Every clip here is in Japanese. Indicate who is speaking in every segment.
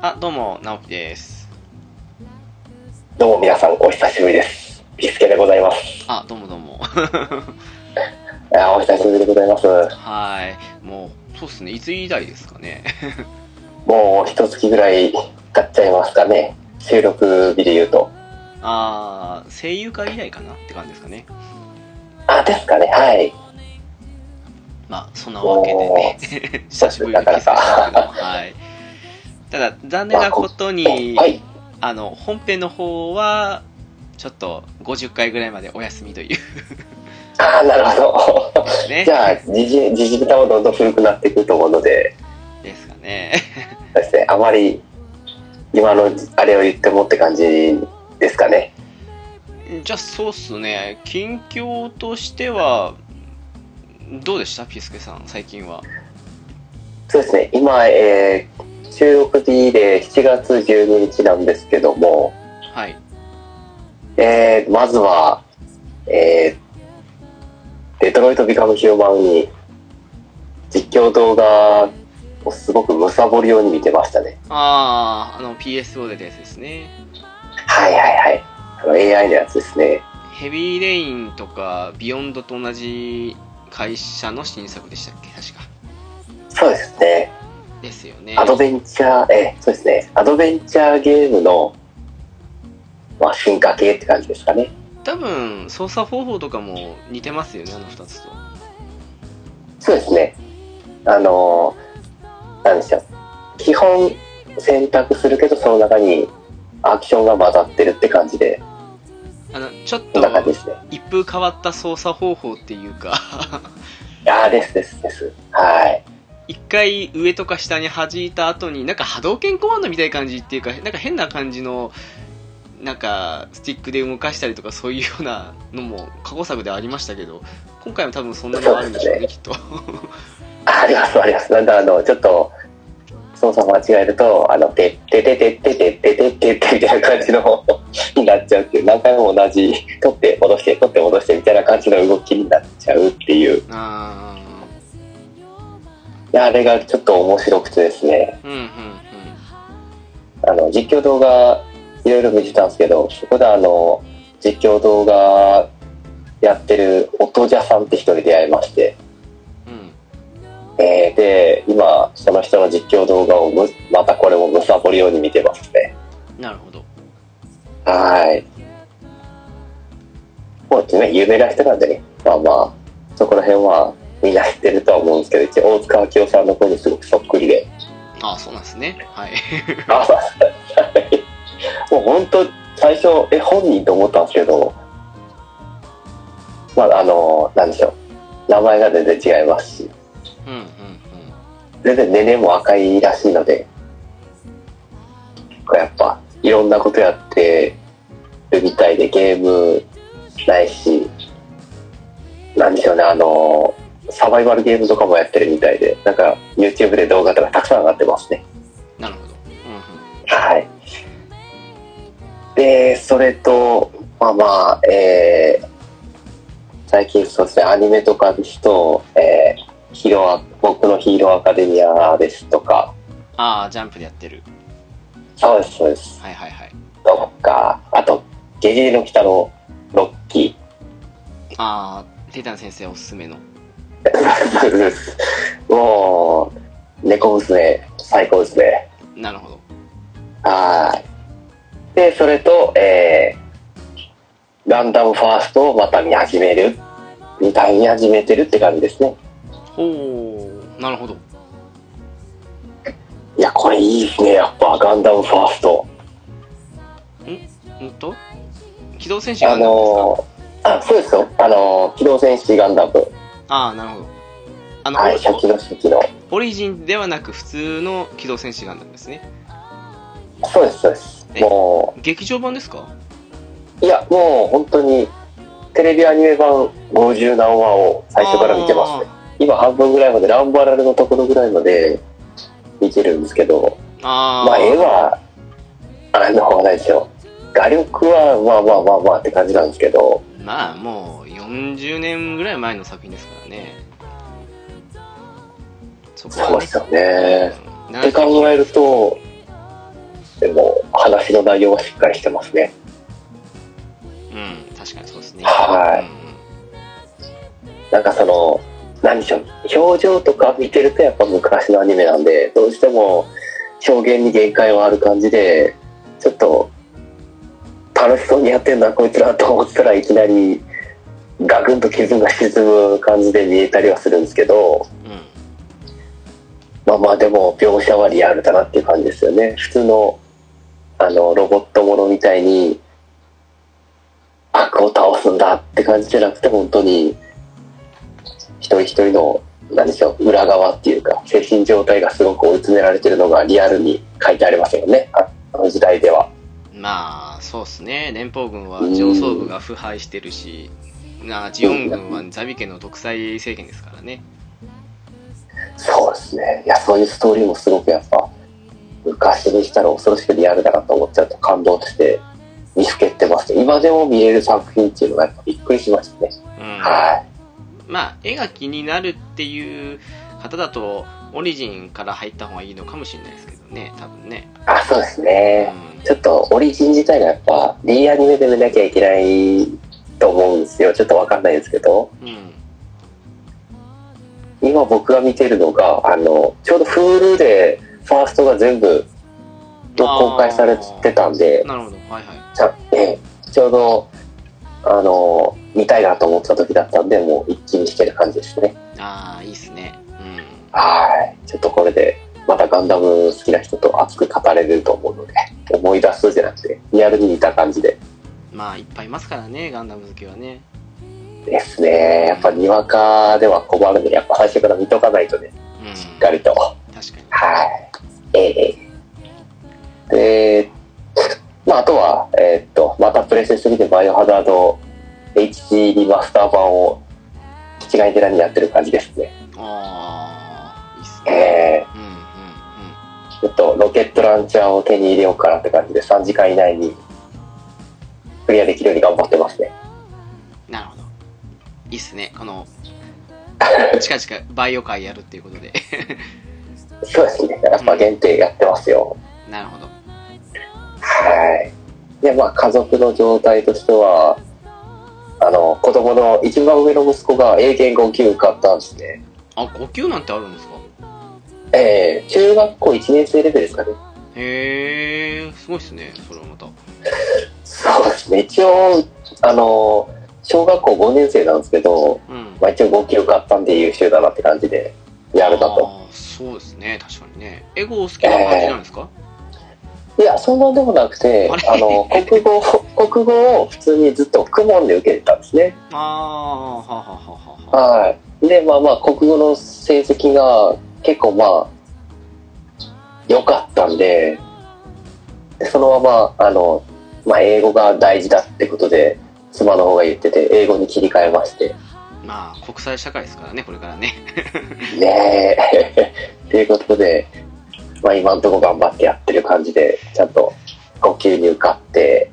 Speaker 1: あ、どうも、直樹です。
Speaker 2: どうも皆さんお久しぶりです。ビスケでございます。
Speaker 1: あ、どうもどうも。
Speaker 2: あーお久しぶりでございます。
Speaker 1: はい。もう、そうっすね。いつ以来ですかね。
Speaker 2: もう一月ぐらい経っちゃいますかね。収録日で言うと。
Speaker 1: あー、声優会以来かなって感じですかね。
Speaker 2: あ、ですかね。はい。
Speaker 1: まあ、そんなわけでね。 久しぶりの
Speaker 2: 久しぶりだからか
Speaker 1: はい。ただ、残念なことに、
Speaker 2: はい。
Speaker 1: あの、本編の方は、ちょっと50回ぐらいまでお休みという
Speaker 2: あーなるほど。
Speaker 1: ね
Speaker 2: じ。ゃあ、時事、時事ネタもどんどん古くなっていくと思うので、
Speaker 1: ですかね。
Speaker 2: そうですね。あまり今のあれを言ってもって感じですかね。
Speaker 1: じゃあそうっすね近況としてはどうでしたピスケさん最近は
Speaker 2: そうですね。今、えー、収録日で7月12日なんですけども、
Speaker 1: はい
Speaker 2: えー、まずは、えー、デトロイト・ビカム・ヒューマンに実況動画をすごく貪るように見てましたね。
Speaker 1: あああの PSO で出たやつですね
Speaker 2: はいはいはい。あの AI のやつですね。
Speaker 1: ヘビーレインとかビヨンドと同じ会社の新作でしたっけ確か
Speaker 2: そうですね。
Speaker 1: ですよね
Speaker 2: アドベンチャー、えー、そうですね。アドベンチャーゲームの、まあ、進化系って感じですかね。
Speaker 1: 多分操作方法とかも似てますよねあの2つと
Speaker 2: そうですね。あのーなんでしょう。基本選択するけど、その中にアクションが混ざってるって感じで、
Speaker 1: あのちょっ
Speaker 2: こ
Speaker 1: と
Speaker 2: んな感じですね。
Speaker 1: 一風変わった操作方法っていうか
Speaker 2: ああ、ですですです。はい。
Speaker 1: 一回上とか下に弾いた後になんか波動拳コマンドみたいな感じっていうかなんか変な感じのなんかスティックで動かしたりとかそういうようなのも過去作ではありましたけど今回も多分そんなの があるんでしょうねきっと
Speaker 2: ああります、あります。なんだ、あの、ちょっと、操作間違えると、あの、てってててててててててみたいな感じの、になっちゃうっていう、何回も同じ、取って戻して、取って戻してみたいな感じの動きになっちゃうっていう。
Speaker 1: あ
Speaker 2: であれがちょっと面白くてですね、
Speaker 1: ーうんうんうん
Speaker 2: あの、実況動画、いろいろ見てたんですけど、そこであの、実況動画やってる音じゃさんって人に出会いまして、
Speaker 1: うん
Speaker 2: えーで今その人の実況動画をむまたこれもむさぼるように見てますね
Speaker 1: なるほど
Speaker 2: はいもうですね有名な人なんでねまあまあそこら辺はみんな知ってるとは思うんですけど一応大塚明夫さんの声にすごくそっくりで
Speaker 1: ああそうなんですねはい
Speaker 2: あもう本当最初え本人と思ったんですけどまああのなんでしょう名前が全然違いますし
Speaker 1: うんうんうん
Speaker 2: 全然年齢も若いらしいので、こうやっぱいろんなことやってるみたいでゲームないし、なんでしょうね、あの、サバイバルゲームとかもやってるみたいで、なんか YouTube で動画とかたくさん上がってますね。
Speaker 1: なるほど
Speaker 2: はい。で、それと、まあまあ、えー、最近そうですね、アニメとかですと、えー、ヒーローア僕のヒーローアカデミアですとか、
Speaker 1: ああジャンプでやってる
Speaker 2: そうです、そうです。
Speaker 1: はいはいはい
Speaker 2: とか、あと、ゲゲゲの鬼太郎、ロッキ
Speaker 1: ああテタン先生おすすめの
Speaker 2: ー。 もう、猫娘、最高ですね。
Speaker 1: なるほど
Speaker 2: はーい。で、それと、えー、ガンダムファーストをまた見始める。見た見始めてるって感じですね。
Speaker 1: ほうなるほど
Speaker 2: いや、これいいですね、やっぱ、ガンダムファースト。
Speaker 1: うんと機動戦士ガ
Speaker 2: あ
Speaker 1: ンダムですか、
Speaker 2: のー、あ、そうですよ。あのー、機動戦士ガンダム。
Speaker 1: ああなるほどあの、
Speaker 2: はい、百の式の。
Speaker 1: オリジンではなく普通の機動戦士ガンダムですね
Speaker 2: そうです、そうです。もう、
Speaker 1: 劇場版ですか
Speaker 2: いや、もう本当に、テレビアニメ版50何話を最初から見てますね。
Speaker 1: ね
Speaker 2: 今半分ぐらいまで、ランバラルのところぐらいまで見てるんですけど、
Speaker 1: あー
Speaker 2: まあ絵は、あの、ないですよ。画力は、まあまあまあまあって感じなんですけど、
Speaker 1: まあもう40年ぐらい前の作品ですからねそこ
Speaker 2: そう
Speaker 1: は
Speaker 2: で
Speaker 1: ね
Speaker 2: すよね。
Speaker 1: うん
Speaker 2: って考えると、でも、話の内容はしっかりしてますね。
Speaker 1: うん確かにそうですね
Speaker 2: はいなんかその、何でしょう、表情とか見てるとやっぱ昔のアニメなんで、どうしても表現に限界はある感じで、ちょっと、楽しそうにやってんな、こいつらと思ってたらいきなり、ガクンと気分が沈む感じで見えたりはするんですけど、
Speaker 1: うん、うん
Speaker 2: まあまあでも描写はリアルだなっていう感じですよね。普通の、あの、ロボットものみたいに、悪を倒すんだって感じじゃなくて、本当に、一人一人の、何でしょう、裏側っていうか、精神状態がすごく追い詰められてるのがリアルに書いてありますよね。ああの時代では。
Speaker 1: まあそうっすね連邦軍は上層部が腐敗してるし、なジオン軍はザビ家の独裁政権ですからね
Speaker 2: そうですね。いや、そういうストーリーもすごくやっぱ、昔にしたら恐ろしくリアルだなと思っちゃうと感動して、見つけてます。今でも見れる作品っていうのがやっぱびっくりしましたね。
Speaker 1: うん
Speaker 2: は
Speaker 1: まあ絵が気になるっていう方だとオリジンから入った方がいいのかもしれないですけどね多分ね
Speaker 2: い。あ、そうです
Speaker 1: うん
Speaker 2: ね。ちょっとオリジン自体がやっぱ、D アニメで見なきゃいけないと思うんですよ。ちょっとわかんないんですけど、
Speaker 1: うん
Speaker 2: 今僕が見てるのが、あの、ちょうど Hulu でファーストが全部公開されてたんで、
Speaker 1: なるほどはいはい
Speaker 2: ちゃええちょうど、あの、見たいなと思ってた時だったんで、もう一気にしてる感じですね。
Speaker 1: ああいいっすね
Speaker 2: はい。ちょっとこれで、またガンダム好きな人と熱く語れると思うので、思い出すじゃなくて、リアルに見た感じで。
Speaker 1: うんまあいっぱいいますからねガンダム好きはね
Speaker 2: ですね。やっぱにわかでは困るので、やっぱ最初から見とかないとね、
Speaker 1: うん
Speaker 2: しっかりと。
Speaker 1: 確かに
Speaker 2: はい。ええで、まあ、あとは、えーっと、またプレステ3でバイオハザード HD リマスター版を、違い寺にやってる感じですね。
Speaker 1: ああいいっすね
Speaker 2: え
Speaker 1: うんうん
Speaker 2: えちょっとロケットランチャーを手に入れようかなって感じで、3時間以内にクリアできるように頑張ってますね。
Speaker 1: うんなるほどいいっすねこ の近々バイオ会やるっていうことで
Speaker 2: そうですね。やっぱ限定やってますよ。
Speaker 1: なるほど
Speaker 2: はい。で、まあ、家族の状態としては、あの、子供の一番上の息子が英言語級買ったんですね。
Speaker 1: あ5級なんてあるんですか
Speaker 2: ええ中学校1年生レベルですかね。
Speaker 1: へえすごいっすねそれはまた
Speaker 2: そうですね。一応、あの、小学校5年生なんですけど、
Speaker 1: うん
Speaker 2: まあ、一応5級買ったんで優秀だなって感じで、やるなと。
Speaker 1: あーそうですね確かにねエゴお好きな感じなんですか、
Speaker 2: いや、そんなでもなくて、
Speaker 1: あ
Speaker 2: あ
Speaker 1: れ
Speaker 2: の、国語、国語を普通にずっと公文で受けてたんですね。
Speaker 1: ああははははは
Speaker 2: はい。で、まあまあ、国語の成績が結構まあ、良かったんで、でそのまま、あの、まあ、英語が大事だってことで、妻の方が言ってて、英語に切り替えまして、
Speaker 1: まあ国際社会ですからねこれからね
Speaker 2: ねえ、 ということで、まあ今んとこ頑張ってやってる感じで、ちゃんと5級に受かって、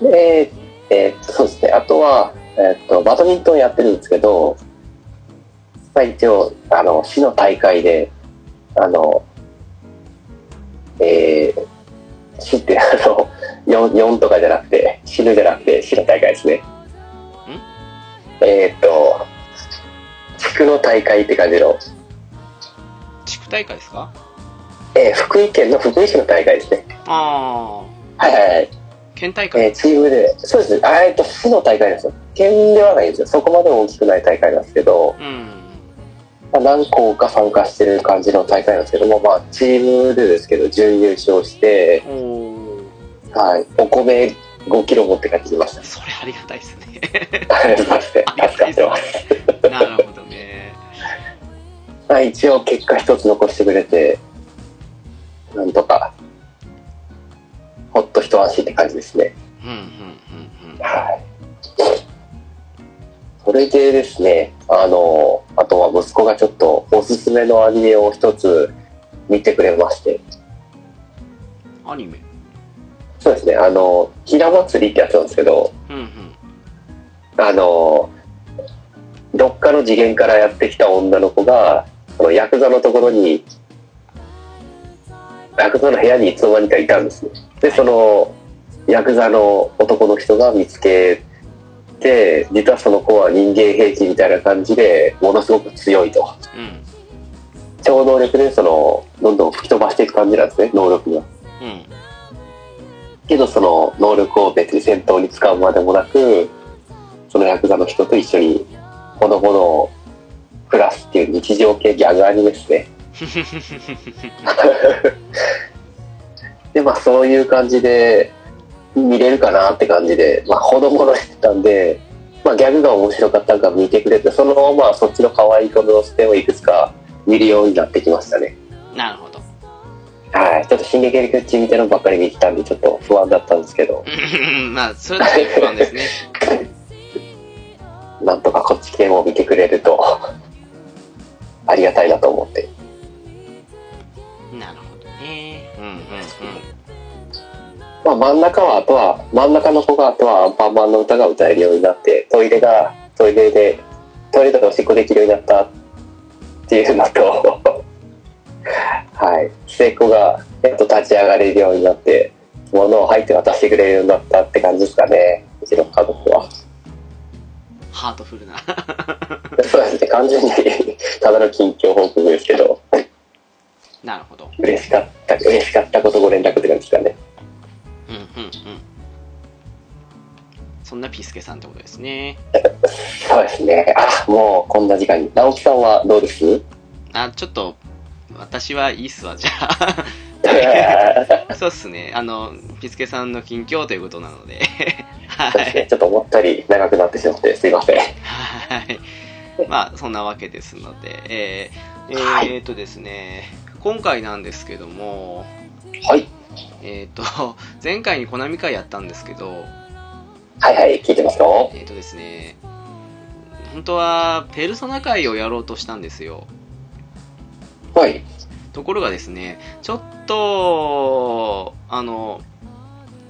Speaker 1: うん
Speaker 2: で、えーっとそうですね、あとは、えーっと、バドミントンやってるんですけど、まあ、一応、あの、市の大会で、あの、えー、市って、あの、4, 4とかじゃなくて、死ぬじゃなくて、市の大会ですね。えーっと、地区の大会って感じの、
Speaker 1: 地区大会ですか
Speaker 2: えー福井県の福井市の大会ですね。
Speaker 1: ああ
Speaker 2: はいはいはい。
Speaker 1: 県大
Speaker 2: え
Speaker 1: 会
Speaker 2: ーチームで、そうですね、あーえっと、市の大会なんですよ。県ではないんですよ。そこまで大きくない大会なんですけど、
Speaker 1: うん
Speaker 2: まあ、何校か参加してる感じの大会なんですけども、まあ、チームでですけど、準優勝して、
Speaker 1: おお
Speaker 2: はい、お米5キロ持って帰ってきました。
Speaker 1: それありがたいですね
Speaker 2: ありがとうございます。助かってま す。
Speaker 1: なるほどね
Speaker 2: まあ、一応結果一つ残してくれて、なんとか、ほっと一安心って感じですね。
Speaker 1: うんうんうんうん
Speaker 2: はい。それでですね、あの、あとは息子がちょっとおすすめのアニメを一つ見てくれまして、
Speaker 1: アニメ
Speaker 2: そうですね、あの、ひな祭りってやつなんですけど、
Speaker 1: うんうん
Speaker 2: あの、どっかの次元からやってきた女の子が、そのヤクザのところに、ヤクザの部屋にいつの間にかいたんですねでそのヤクザの男の人が見つけて実はその子は人間兵器みたいな感じでものすごく強いと
Speaker 1: うん
Speaker 2: 超能力でそのどんどん吹き飛ばしていく感じなんですね能力が
Speaker 1: うん
Speaker 2: けどその能力を別に戦闘に使うまでもなくそのヤクザの人と一緒にほのほの暮らすっていう日常系ギャグアニメですねでまあそういう感じで見れるかなって感じでまあほのぼのしてたんで、まあ、ギャグが面白かったから見てくれてそのままそっちの可愛い子のステをいくつか見るようになってきましたね
Speaker 1: なるほど
Speaker 2: はいちょっと「進撃の巨人」みたいなのばっかり見てたんでちょっと不安だったんですけど
Speaker 1: うんまあそれだけ不安ですね
Speaker 2: なんとかこっち系も見てくれると ありがたいなと思って
Speaker 1: なるほどねうんうんうん
Speaker 2: まあ真ん中はあとは真ん中の子があとはアンパンマンの歌が歌えるようになってトイレがトイレでトイレとかおしっこできるようになったっていうのと はい末っ子がやっと立ち上がれるようになって物を入って渡してくれるようになったって感じですかねうちの家族は
Speaker 1: ハートフルな
Speaker 2: そうですね完全にただの近況報告ですけど
Speaker 1: なるほど
Speaker 2: 嬉しかった嬉しかったことご連絡って感じですかね
Speaker 1: うんうんうんそんなピースケさんってことですね
Speaker 2: そうですね。あ、もうこんな時間に。直樹さんはどうです
Speaker 1: あちょっと私はいいっすわじゃ
Speaker 2: そう
Speaker 1: あそうっすねあのピースケさんの近況ということなので
Speaker 2: で
Speaker 1: は
Speaker 2: す
Speaker 1: い
Speaker 2: ね。 ちょっと思ったより長くなってしまって、すいません。
Speaker 1: はい。まあ、そんなわけですので、えー、えー
Speaker 2: はい
Speaker 1: えーとですね、今回なんですけども、
Speaker 2: はい。
Speaker 1: えっ、と、前回にコナミ会やったんですけど、
Speaker 2: はいはい、聞いてますよ。
Speaker 1: えっ、とですね、本当は、ペルソナ会をやろうとしたんですよ。
Speaker 2: はい。
Speaker 1: ところがですね、ちょっと、あの、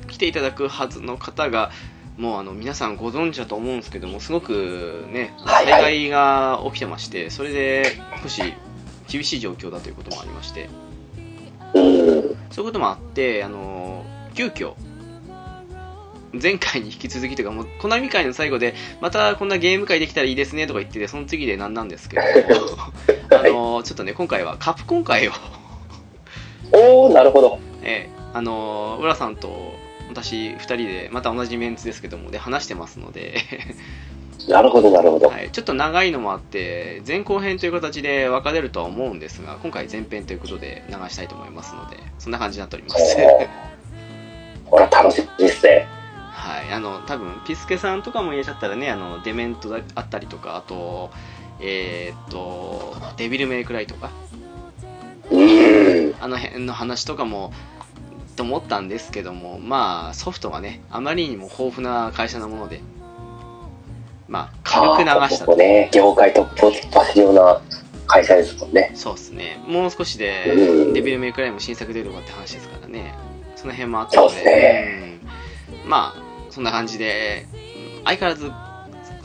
Speaker 1: 来ていただくはずの方が、もうあの皆さんご存知だと思うんですけども、すごくね、
Speaker 2: はいは
Speaker 1: 災
Speaker 2: い
Speaker 1: 害が起きてまして、それで少し厳しい状況だということもありまして、
Speaker 2: うーん。
Speaker 1: そういうこともあって、あの急遽前回に引き続きというか、もう、コナミ会の最後で、またこんなゲーム会できたらいいですねとか言ってて、その次で何なんですけど、 あのちょっとね、今回はカプコン会を
Speaker 2: おー、なるほど。
Speaker 1: ええ、あのー浦さんと私2人でまた同じメンツですけどもで話してますので、
Speaker 2: なるほど、なるほど。
Speaker 1: はい、ちょっと長いのもあって前後編という形で分かれるとは思うんですが今回前編ということで流したいと思いますのでそんな感じになっております、
Speaker 2: おーこれは楽しいですね。
Speaker 1: はい、あの多分ピスケさんとかも入れちゃったらねあのデメントだあったりとかあとえーっとデビルメイクライとか
Speaker 2: うーん。
Speaker 1: あの辺の話とかもと思ったんですけどもまあソフトがねあまりにも豊富な会社なものでまあ軽く流
Speaker 2: あー
Speaker 1: した
Speaker 2: ここね、業界トップを突破するような会社ですもんね。
Speaker 1: そうですねもう少しで
Speaker 2: うん
Speaker 1: デビルメイクライも新作出るとかって話ですからねその辺もあったので
Speaker 2: そうっすね
Speaker 1: うんまあそんな感じでうん相変わらず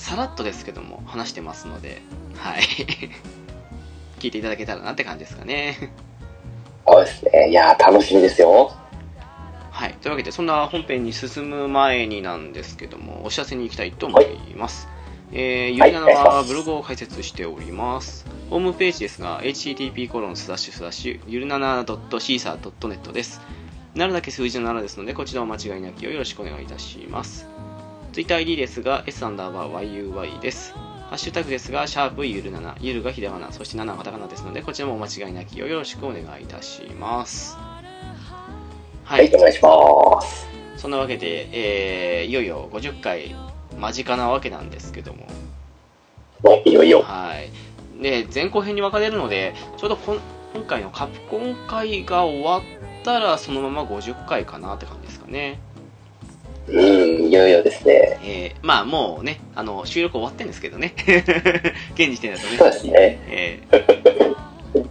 Speaker 1: さらっとですけども話してますのではい 聞いていただけたらなって感じですかね
Speaker 2: そうですね。いやー、楽しみですよ。
Speaker 1: はい、というわけでそんな本編に進む前になんですけどもお知らせに行きたいと思います、えー、ゆ
Speaker 2: はい
Speaker 1: りなな
Speaker 2: お願いし
Speaker 1: は
Speaker 2: ます
Speaker 1: ブログを開設しておりますホームページですが http コロンスラッシュスラッシュゆるなな .caesar.net ですなるだけ数字の7ですのでこちらお間違いなきをよろしくお願いいたします TwitterID ですが S アンダーバー YUY ですハッシュタグですが、シャープゆる7、ゆるがひらがな、そして7はカタカナですので、こちらもお間違いなきをよろしくお願いいたします。は
Speaker 2: はい、お願いします。
Speaker 1: そんなわけで、えーいよいよ50回間近なわけなんですけども、
Speaker 2: お、いいよいいよ。
Speaker 1: はい。で、前後編に分かれるので、ちょうどこん今回のカプコン回が終わったら、そのまま50回かなって感じですかね。
Speaker 2: うん、いよいよですね。
Speaker 1: えーまあもうね、あの、収録終わってんですけどね。 現時点だとね。
Speaker 2: そうですね。
Speaker 1: ええ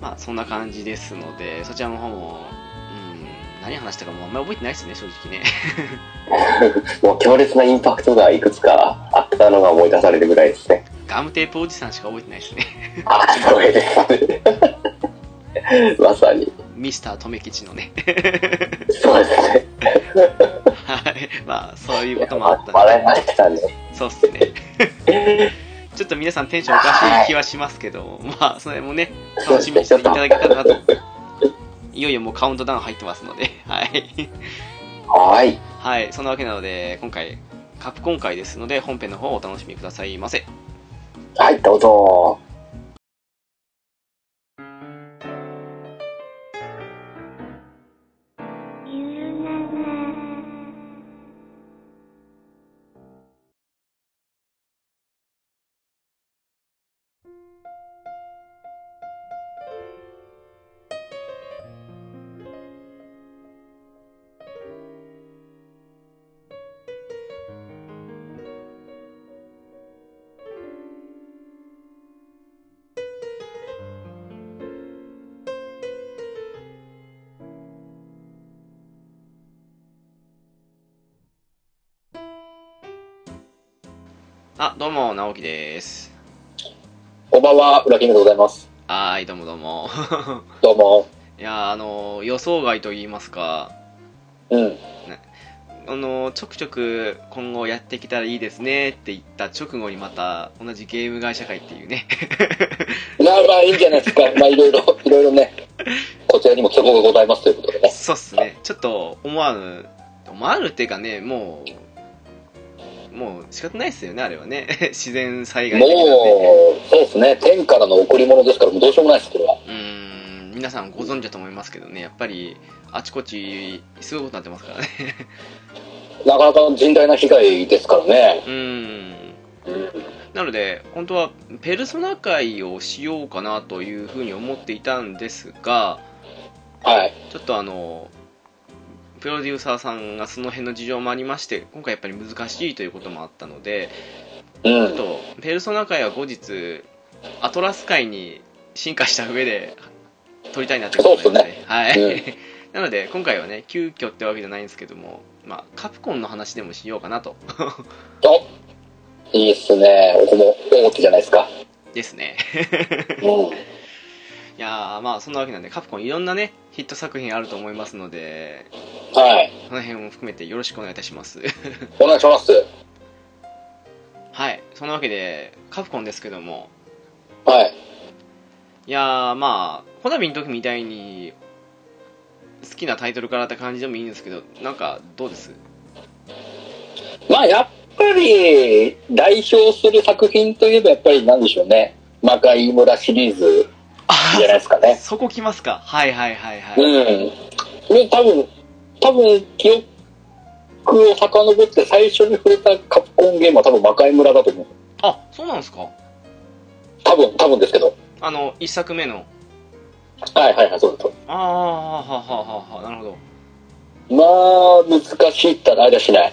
Speaker 1: まあそんな感じですのでそちらの方も、うん、何話したかもうあんまり覚えてないですね正直ね
Speaker 2: もう強烈なインパクトがいくつかあったのが思い出されるぐらいですね。
Speaker 1: ガムテープおじさんしか覚えてないですね
Speaker 2: あ、そうです。まさに。
Speaker 1: 3ミスターとめきちのね
Speaker 2: そうですね。
Speaker 1: はいまあそういうこともあったんで
Speaker 2: 笑いましたね。
Speaker 1: そうっすね ちょっと皆さんテンションおかしい気はしますけどまあそれもね楽しみにしていただけたらなといよいよもうカウントダウン入ってますのではい
Speaker 2: はい。
Speaker 1: はいそんなわけなので今回カプコン回ですので本編の方をお楽しみくださいませ
Speaker 2: はい、どうぞ。
Speaker 1: あどうも直樹です
Speaker 2: こんばんは、裏キングでございます。
Speaker 1: はーいどうもどうも
Speaker 2: どうも。
Speaker 1: いやーあのー予想外と言いますか
Speaker 2: うん。
Speaker 1: あのちょくちょく今後やってきたらいいですねって言った直後にまた同じゲーム会社会っていうね
Speaker 2: まあまあいいんじゃないで すか。まあいろいろ、いろいろね、こちらにも希望がございますということでね。
Speaker 1: そうっすねちょっと思わぬ思わぬっていうかねもうもう仕方ないっすよねあれはね 自然災害
Speaker 2: も
Speaker 1: 的なね
Speaker 2: う、そうですね。天からの贈り物ですから、もうどうしようもないです、これは。
Speaker 1: うーん皆さんご存知だと思いますけどねやっぱりあちこちすごいことになってますからね
Speaker 2: なかなか甚大な被害ですからね。
Speaker 1: うーん
Speaker 2: うん。
Speaker 1: なので本当はペルソナ会をしようかなというふうに思っていたんですが
Speaker 2: はい。
Speaker 1: ちょっとあのプロデューサーさんがその辺の事情もありまして今回やっぱり難しいということもあったので
Speaker 2: う
Speaker 1: ちょっ
Speaker 2: ん。
Speaker 1: とペルソナ会は後日アトラス会に進化した上で撮りたいなということで、
Speaker 2: そうっ
Speaker 1: はい、
Speaker 2: う
Speaker 1: なので今回はね急遽ってわけじゃないんですけども、まあ、カプコンの話でもしようかなと
Speaker 2: と、いいっすね。僕も大手じゃないですか。
Speaker 1: ですね
Speaker 2: うん。
Speaker 1: いやーまあそんなわけなんでカプコンいろんなねヒット作品あると思いますので
Speaker 2: はい。
Speaker 1: その辺も含めてよろしくお願いいたします
Speaker 2: お願いします。
Speaker 1: はい、そんなわけで、カプコンですけども、
Speaker 2: はい。
Speaker 1: いやー、まあ、コナミの時みたいに、好きなタイトルからって感じでもいいんですけど、なんか、どう です
Speaker 2: まあ、やっぱり、代表する作品といえば、やっぱりなんでしょうね。魔界村シリーズじゃないですか ね。
Speaker 1: そこ来ますかはいはいはいは
Speaker 2: う
Speaker 1: い。
Speaker 2: ん。で、多分、多分、記憶を遡って最初に触れたカプコンゲームは多分魔界村だと思う。
Speaker 1: あ、そうなんですか
Speaker 2: 多分、多分ですけど。
Speaker 1: あの、一作目の。
Speaker 2: はいはいはい、そうです。
Speaker 1: あー、ははははなるほど。
Speaker 2: まあ、難しいったらあれはしない。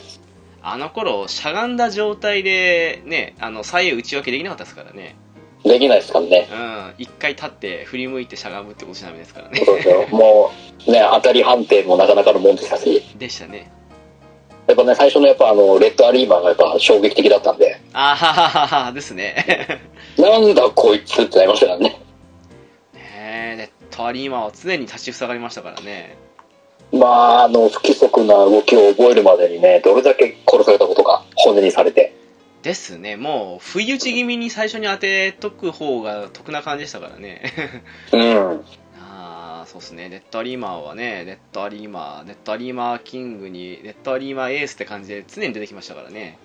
Speaker 1: あの頃、しゃがんだ状態で、ね、あの、左右打ち分けできなかったですからね。
Speaker 2: できないですからね。
Speaker 1: うん、一回立って、振り向いてしゃがむってことしなみですからね。
Speaker 2: そうですよ。もう、ね、当たり判定もなかなかのもんでしたし。
Speaker 1: でしたね。
Speaker 2: やっぱね、最初のやっぱあの、レッドアリーマンがやっぱ衝撃的だったんで、
Speaker 1: あーははははですね。
Speaker 2: なんだこいつってなりましたからね。
Speaker 1: ねえ、ネットアリーマンは常に立ちふさがりましたからね。
Speaker 2: まあ、あの、不規則な動きを覚えるまでにね、どれだけ殺されたことか、骨にされて。
Speaker 1: ですね、もう、不意打ち気味に最初に当てとく方が得な感じでしたから ね。
Speaker 2: うん。
Speaker 1: ああ、そうっすね、ネットアリーマーはね、ネットアリーマー、ネットアリーマーキングに、ネットアリーマーエースって感じで常に出てきましたからね。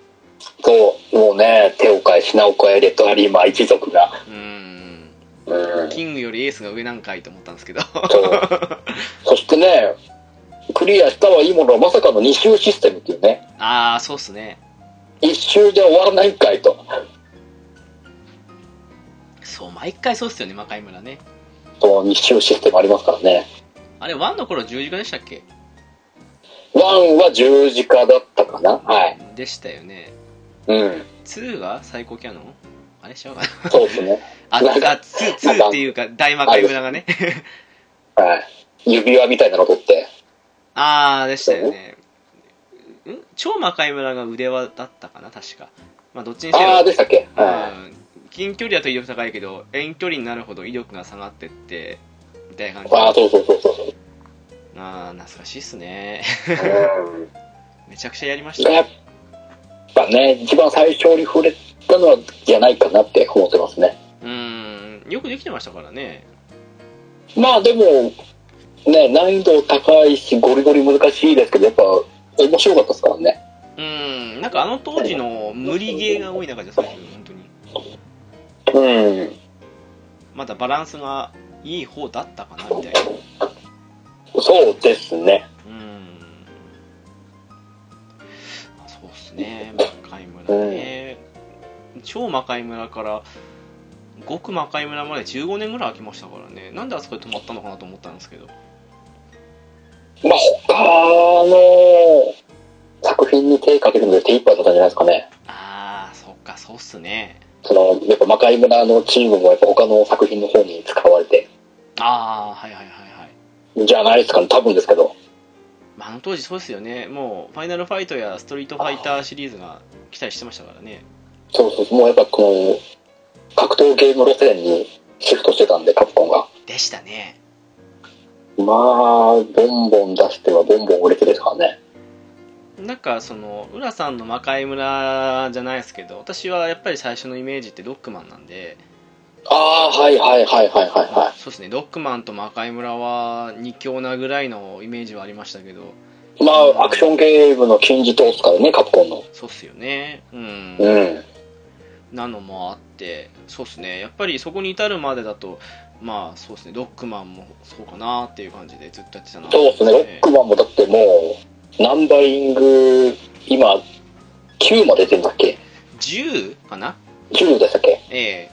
Speaker 2: そう、もうね、手を変え、品を変え、レッドアリーマン一族が。
Speaker 1: うーん、
Speaker 2: うん。
Speaker 1: キングよりエースが上なんかいと思ったんですけ ど。
Speaker 2: そう。そしてね、クリアしたはいいものの、まさかの2周システムっていうね、
Speaker 1: ああ、そうっすね。
Speaker 2: 1周じゃ終わらないんかいと。
Speaker 1: そう、毎回そうっすよね、魔界村ね。
Speaker 2: そう、2周システムありますからね。
Speaker 1: あれ、1の頃10時間でしたっけ
Speaker 2: 1は十字架だったかなはい。
Speaker 1: でしたよね。
Speaker 2: うん。
Speaker 1: 2が最高キャノンあれし ようかな。
Speaker 2: そうですね。
Speaker 1: あ、あ、
Speaker 2: なんか
Speaker 1: 2、ツーっていうか、大魔界村がね。
Speaker 2: はい。指輪みたいなの取って。
Speaker 1: あー、でしたよね。ん超魔界村が腕輪だったかな、確か。まあ、どっちにせ
Speaker 2: ああ、
Speaker 1: よ、
Speaker 2: でしたっけは
Speaker 1: うん近距離だと威力高いけど、遠距離になるほど威力が下がってって、みたいな感
Speaker 2: い。ああ、
Speaker 1: じ
Speaker 2: そうそうそうそう。
Speaker 1: ああ懐かしいっすね
Speaker 2: うん
Speaker 1: めちゃくちゃやりました
Speaker 2: やっぱね、一番最初に触れたのはじゃないかなって思ってますね。
Speaker 1: うんよくできてましたからね
Speaker 2: まあでも、ね、難易度高いし、ゴリゴリ難しいですけど、やっぱ面白かったですからね。
Speaker 1: うんなんかあの当時の無理ゲーが多い中じゃ最近本当に
Speaker 2: うん。
Speaker 1: まだバランスがいい方だったかなみたいな
Speaker 2: そうですね。
Speaker 1: うんそうっすね魔界村ね、超魔界村から極魔界村まで15年ぐらい空きましたからねなんであそこで止まったのかなと思ったんですけど
Speaker 2: まあ他の作品に手かけるので手一杯だったんじゃないですかね。
Speaker 1: ああそっかそうっすね
Speaker 2: その、やっぱ魔界村のチームもやっぱ他の作品の方に使われて、
Speaker 1: ああはいはいはいはい
Speaker 2: じゃないですかね、多分ですけど。
Speaker 1: まあ、あの当時そうですよねもう「ファイナルファイト」や「ストリートファイター」シリーズが来たりしてましたからね
Speaker 2: そうそうそう、もうやっぱこの格闘ゲーム路線にシフトしてたんで、カプコンが。
Speaker 1: でしたね
Speaker 2: まあ、ボンボン出してはボンボン売れてですからね。
Speaker 1: なんかその浦さんの魔界村じゃないですけど私はやっぱり最初のイメージってロックマンなんで、
Speaker 2: ああ、はいはいはいはいはいは
Speaker 1: そうですねロックマンと魔界村は2強なぐらいのイメージはありましたけど
Speaker 2: い。まあ、アクションゲームの金字塔っすからね、カプコンの。
Speaker 1: そうっすよねうん
Speaker 2: うん。
Speaker 1: なのもあってそうっすねやっぱりそこに至るまでだとまあそうですねロックマンもそうかなっていう感じでずっとやってたな
Speaker 2: そうですね、ロックマンもだってもう、ナンバリング、今、9まで出てんだっけ
Speaker 1: 10かな
Speaker 2: ?10 でしたっけ
Speaker 1: ええ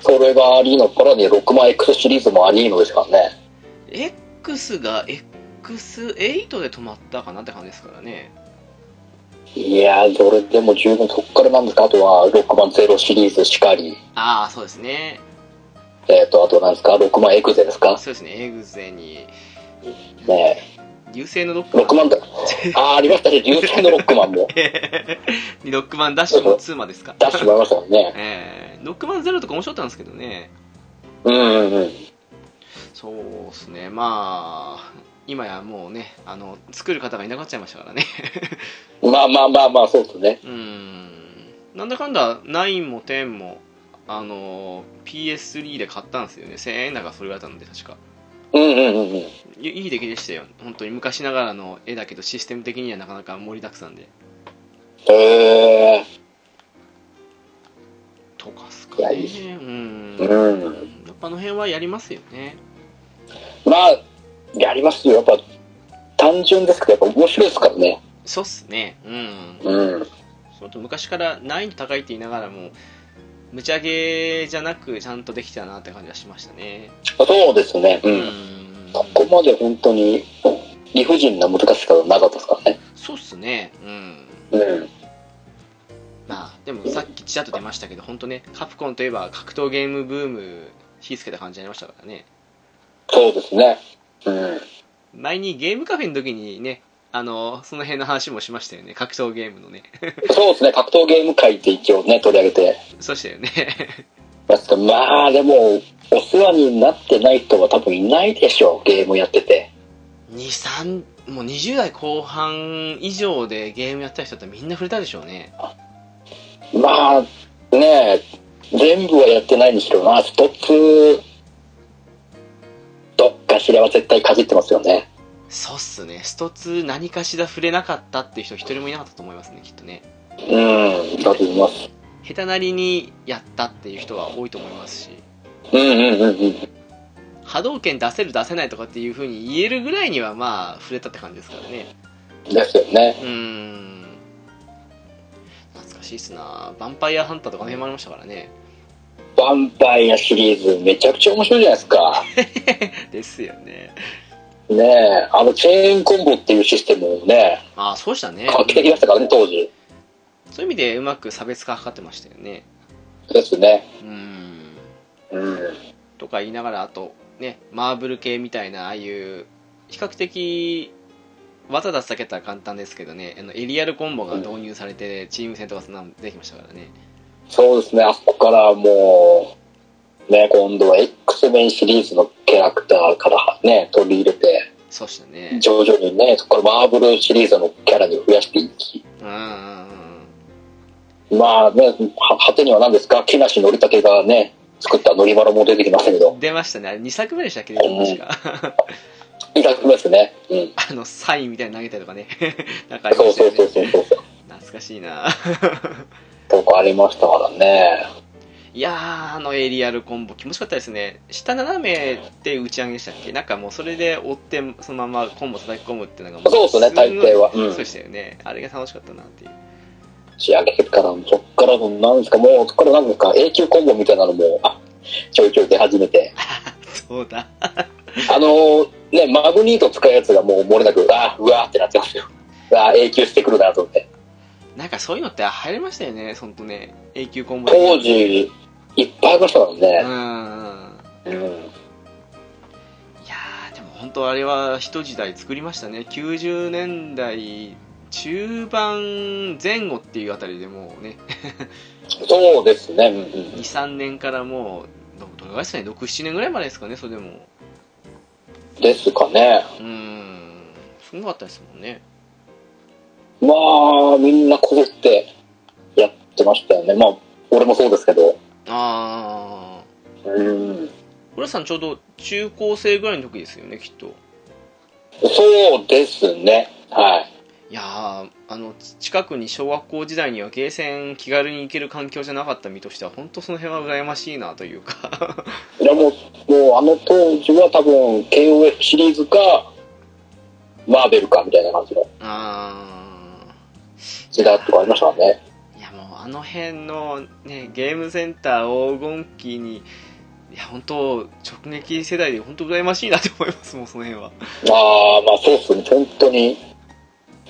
Speaker 2: それがアリーノからね、6万 X シリーズもアリーノですからね。
Speaker 1: X が X8 で止まったかなって感じですからね
Speaker 2: いやー、どれでも十分、そっからなんですかあとは、6万0シリーズしかり、
Speaker 1: ああそうですね
Speaker 2: えっ、ー、と、あとなんですか ?6 万エクゼですか
Speaker 1: そうですねエグゼに
Speaker 2: ね
Speaker 1: 流星のロック
Speaker 2: え、6
Speaker 1: マン
Speaker 2: 万 だ。あー、ありましたね、流星のロックマン
Speaker 1: ロ
Speaker 2: も
Speaker 1: ックマンダッシュの2までですか
Speaker 2: 出してもらいましたもんね。
Speaker 1: ええロックマンゼロとか面白かったんですけどね
Speaker 2: うんうんうん。
Speaker 1: そうですねまあ今やもうねあの作る方がいなくなっちゃいましたからね
Speaker 2: まあまあまあまあ、そうですね。
Speaker 1: うーんなんだかんだ9も10もあの PS3 で買ったんですよね1000円だかそれぐらいだったので確か
Speaker 2: うんうんうんうん。
Speaker 1: いいい出来でしたよ本当に昔ながらの絵だけどシステム的にはなかなか盛りだくさんで
Speaker 2: へえ
Speaker 1: とかっすかね
Speaker 2: いやいい
Speaker 1: うん
Speaker 2: ー。
Speaker 1: やっ
Speaker 2: うん。
Speaker 1: ぱあの辺はやりますよね
Speaker 2: まあ、やりますよ。やっぱ、単純ですけど、やっぱ面白いですからね。
Speaker 1: そうっすねうん
Speaker 2: うん。
Speaker 1: そうと昔から難易度高いって言いながらも無茶げじゃなくちゃんとできたなって感じはしましたね
Speaker 2: そうですね。う。
Speaker 1: うん
Speaker 2: ここまで本当に、理不尽な難しさがなかったですからね。
Speaker 1: そうっすねうん
Speaker 2: うん。
Speaker 1: まあでもさっきちらっと出ましたけど本当ねカプコンといえば格闘ゲームブーム火つけた感じになりましたからね
Speaker 2: そうですね。うん。
Speaker 1: 前にゲームカフェの時にねあのその辺の話もしましたよね格闘ゲームのね
Speaker 2: そうですね。格闘ゲーム界って一応ね、取り上げて。
Speaker 1: そうしたよね
Speaker 2: やってたまあ、でも、お世話になってない人は多分いないでしょう。ゲームやってて。
Speaker 1: 23もう20代後半以上でゲームやってた人ってみんな触れたでしょうね
Speaker 2: まあ、ねえ、全部はやってないにしろ、まあ、一つ、どっかしらは絶対かじってますよね。
Speaker 1: そうっすねスト2何かしら触れなかったっていう人一人もいなかったと思いますねきっとね
Speaker 2: うん、だと思います。
Speaker 1: 下手なりにやったっていう人は多いと思いますし
Speaker 2: うんうんうんうん。
Speaker 1: 波動拳出せる出せないとかっていう風に言えるぐらいにはまあ触れたって感じですからね
Speaker 2: ですよね。
Speaker 1: うーん懐かしいっすなヴァンパイアハンターとかの辺もありましたからね
Speaker 2: ヴァンパイアシリーズめちゃくちゃ面白いじゃないですか。
Speaker 1: ですよね
Speaker 2: ねえ、あのチェーンコンボっていうシステムをね、
Speaker 1: ああそうしたね
Speaker 2: 画期的でしたからね、当時。
Speaker 1: そういう意味でうまく差別化かかってましたよね
Speaker 2: ですね。
Speaker 1: うーん
Speaker 2: うん。
Speaker 1: とか言いながらあとねマーブル系みたいなああいう比較的技出すだけだったら簡単ですけどねあのエリアルコンボが導入されてチーム戦とかそんなのできましたからね
Speaker 2: そうですね、あそこからもう、ね、今度は X メンシリーズのキャラクターからね、取り入れて、
Speaker 1: そうしたね
Speaker 2: 徐々にね、このマーブルシリーズのキャラに増やしていき、
Speaker 1: うんうんうんうん
Speaker 2: まあね、は果てには何ですか、木梨憲武がね、作ったノリマロも出てきましたけど、
Speaker 1: 出ましたね2作目でしたっけね確か
Speaker 2: いただきますね。うん。
Speaker 1: あのサインみたいに投げたりとかね なんかありま
Speaker 2: そう
Speaker 1: した
Speaker 2: そ
Speaker 1: よ
Speaker 2: うそう
Speaker 1: ね
Speaker 2: そうそう。
Speaker 1: 懐かしいな
Speaker 2: とかありましたからね。
Speaker 1: いやーあのエリアルコンボ気持ちよかったですね下斜めで打ち上げでしたっけなんかもうそれで追ってそのままコンボ叩き込むっていうのがも
Speaker 2: そうですね
Speaker 1: ごい
Speaker 2: 大抵はうん
Speaker 1: そうでしたよねあれが楽しかったなっていう
Speaker 2: 仕上げてから、そっからの、なんですか、もう、そっからなんですか、永久コンボみたいなのも、あ、ちょいちょい出始 めて。
Speaker 1: そうだ
Speaker 2: あのーね、マグニート使うやつがもう漏れなく、あうわーってなってますよ。あ永久してくるなと思って。
Speaker 1: なんかそういうのって流行りましたよね、ほんとね、永久コンボで
Speaker 2: 当時、いっぱいありましたから
Speaker 1: う
Speaker 2: ね。
Speaker 1: んうん
Speaker 2: うん。
Speaker 1: いやーでも本当あれは一時代作りましたね90年代中盤前後っていうあたりでもうね
Speaker 2: そうですね。うんうん
Speaker 1: 23年からもうどどれぐらいですかね67年ぐらいまでですかねそれでも
Speaker 2: ですかね。
Speaker 1: うーんすごかったですもんね
Speaker 2: まあ、みんなこぞってやってましたよね。まあ、俺もそうですけど。
Speaker 1: ああ
Speaker 2: うん。
Speaker 1: 浦さんちょうど中高生ぐらいの時ですよねきっと
Speaker 2: そうですね。はい。
Speaker 1: いやーあのち近くに小学校時代にはゲーセン気軽に行ける環境じゃなかった身としては本当その辺は羨ましいなという か
Speaker 2: いやもう、もうあの当時は多分 KOF シリーズか、マーベルかみたいな感じの
Speaker 1: ああ
Speaker 2: 時代とかありましたからね。
Speaker 1: いやもうあの辺のねゲームセンター黄金期にいや本当直撃世代で本当羨ましいなって思いますもんその辺は
Speaker 2: まあまあそうっすね、本当に、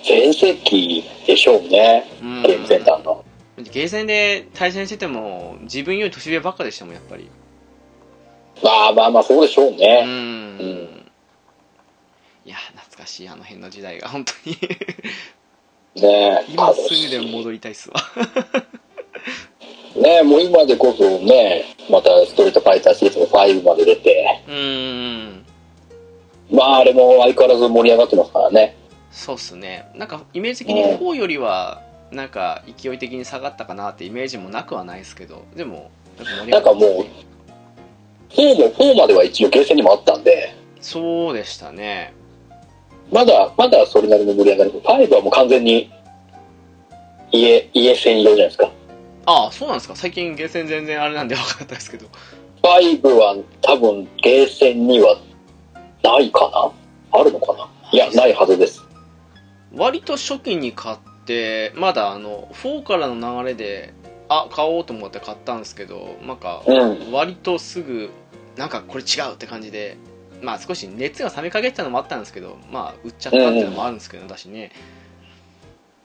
Speaker 2: 全盛期でしょうね、
Speaker 1: うん
Speaker 2: ゲームセンターの。
Speaker 1: ゲーセンで対戦してても自分より年上ばっかでしたもんやっぱり
Speaker 2: まあまあまあそうでしょう
Speaker 1: う
Speaker 2: ね。
Speaker 1: ん
Speaker 2: うん
Speaker 1: いや懐かしいあの辺の時代が本当に
Speaker 2: ね
Speaker 1: 今すぐでも戻りたいっすわ
Speaker 2: ねもう今でこそね、またストリートファイターシリーズの5まで出て、
Speaker 1: うん
Speaker 2: まああれも相変わらず盛り上がってますからね。
Speaker 1: そうっすねなんかイメージ的に
Speaker 2: うん
Speaker 1: 4よりはなんか勢い的に下がったかなってイメージもなくはないですけどでもなんか盛り上がってますね
Speaker 2: なんかもう4も、4までは一応ゲーセンにもあったんで、
Speaker 1: そうでしたね
Speaker 2: まだ、まだそれなりの盛り上がり。5はもう完全に、家、家専用じゃないですか。
Speaker 1: ああそうなんですか最近ゲーセン全然あれなんで分かんなったですけど
Speaker 2: 5は多分、ゲーセンにはないかなあるのかないや、ないはずです。
Speaker 1: 割と初期に買ってまだあの4からの流れであ買おうと思って買ったんですけどなんか
Speaker 2: うん。
Speaker 1: 割とすぐなんかこれ違うって感じでまあ少し熱が冷めかけてたのもあったんですけどまあ売っちゃったっていうのもあるんですけど、私ね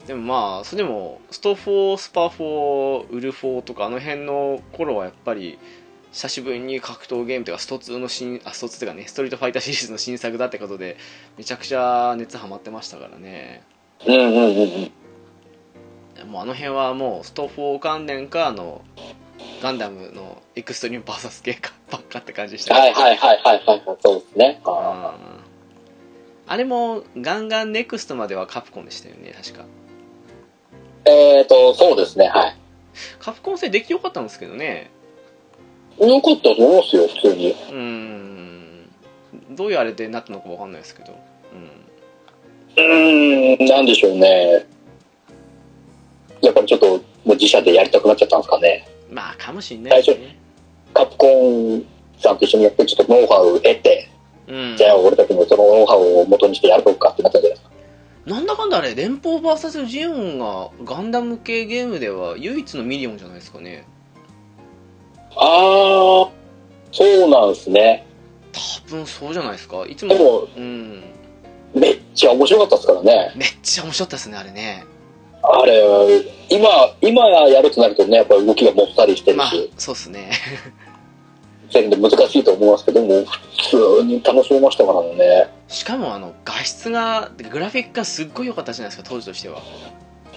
Speaker 1: でもまあそれでもスト4スパ4ウル4とかあの辺の頃はやっぱり久しぶりに格闘ゲームというかスト2の新あスト2っていうかねストリートファイターシリーズの新作だってことでめちゃくちゃ熱ハマってましたからね
Speaker 2: うんうんうんうん。
Speaker 1: もうあの辺はもうスト4関連かあのガンダムのエクストリーム VS 系かばっかって感じでしたね
Speaker 2: はいはいはいはいはい。そうですね。あ
Speaker 1: ああれもガンガンネクストまではカプコンでしたよね確か
Speaker 2: ーえーと、そうですね。はい。
Speaker 1: カプコン製できよかったんですけどね
Speaker 2: よかったと思うんですよ、普通に
Speaker 1: う。ーんどういうあれでなったのかわかんないですけどうん
Speaker 2: うーん、なんでしょうね。やっぱりちょっと、もう自社でやりたくなっちゃったんですかね。
Speaker 1: まあかもしんないですね
Speaker 2: カプコンさんと一緒にやって、ちょっとノウハウを得て、
Speaker 1: うん
Speaker 2: じゃあ俺たちもそのノウハウを元にしてやろうかってなったじゃないですか。
Speaker 1: なんだかんだあれ連邦 VS ジオンがガンダム系ゲームでは唯一のミリオンじゃないですかね
Speaker 2: あー、そうなんですね。
Speaker 1: 多分そうじゃないですかいつ
Speaker 2: で
Speaker 1: も
Speaker 2: も、
Speaker 1: うん
Speaker 2: めっちゃ面白かったですからね。
Speaker 1: めっちゃ面白かったですねあれね
Speaker 2: あれ、今、今やるとなるとね、やっぱり動きがもったりしてる
Speaker 1: まあ
Speaker 2: し、
Speaker 1: そうっすね
Speaker 2: 全然難しいと思いますけども、普通に楽しめましたからね。
Speaker 1: しかもあの画質がグラフィックがすっごい良かったじゃないですか当時としては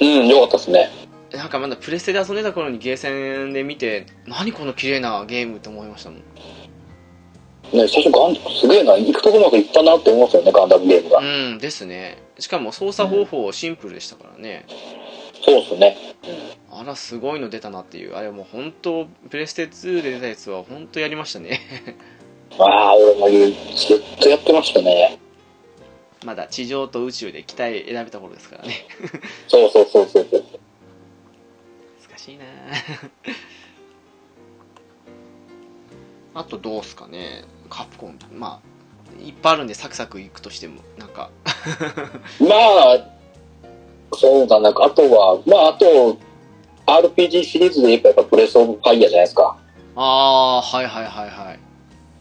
Speaker 2: うん、よかったですね。
Speaker 1: なんかまだプレステで遊んでた頃にゲーセンで見て何この綺麗なゲームって思いましたもん
Speaker 2: うね、最初ガンダムすげえな、行くとこまで行ったなって思いますよね、ガンダムゲームが。
Speaker 1: うんですねしかも操作方法シンプルでしたからね、
Speaker 2: そうっすね。
Speaker 1: あらすごいの出たなっていうあれもう本当プレステ2で出たやつは本当やりましたね
Speaker 2: ああ、俺もずっとやってましたね。
Speaker 1: まだ地上と宇宙で機体選べた頃ですからね
Speaker 2: そうそうそうそうそう。
Speaker 1: 難しいな あとどうすかねカプコンまあいっぱいあるんでサクサクいくとしてもなんか
Speaker 2: まあ、そうだな、あとは、まあ、あと、RPG シリーズで言えばやっぱブレスオブファイヤーじゃないですか。
Speaker 1: ああはいはいはいはい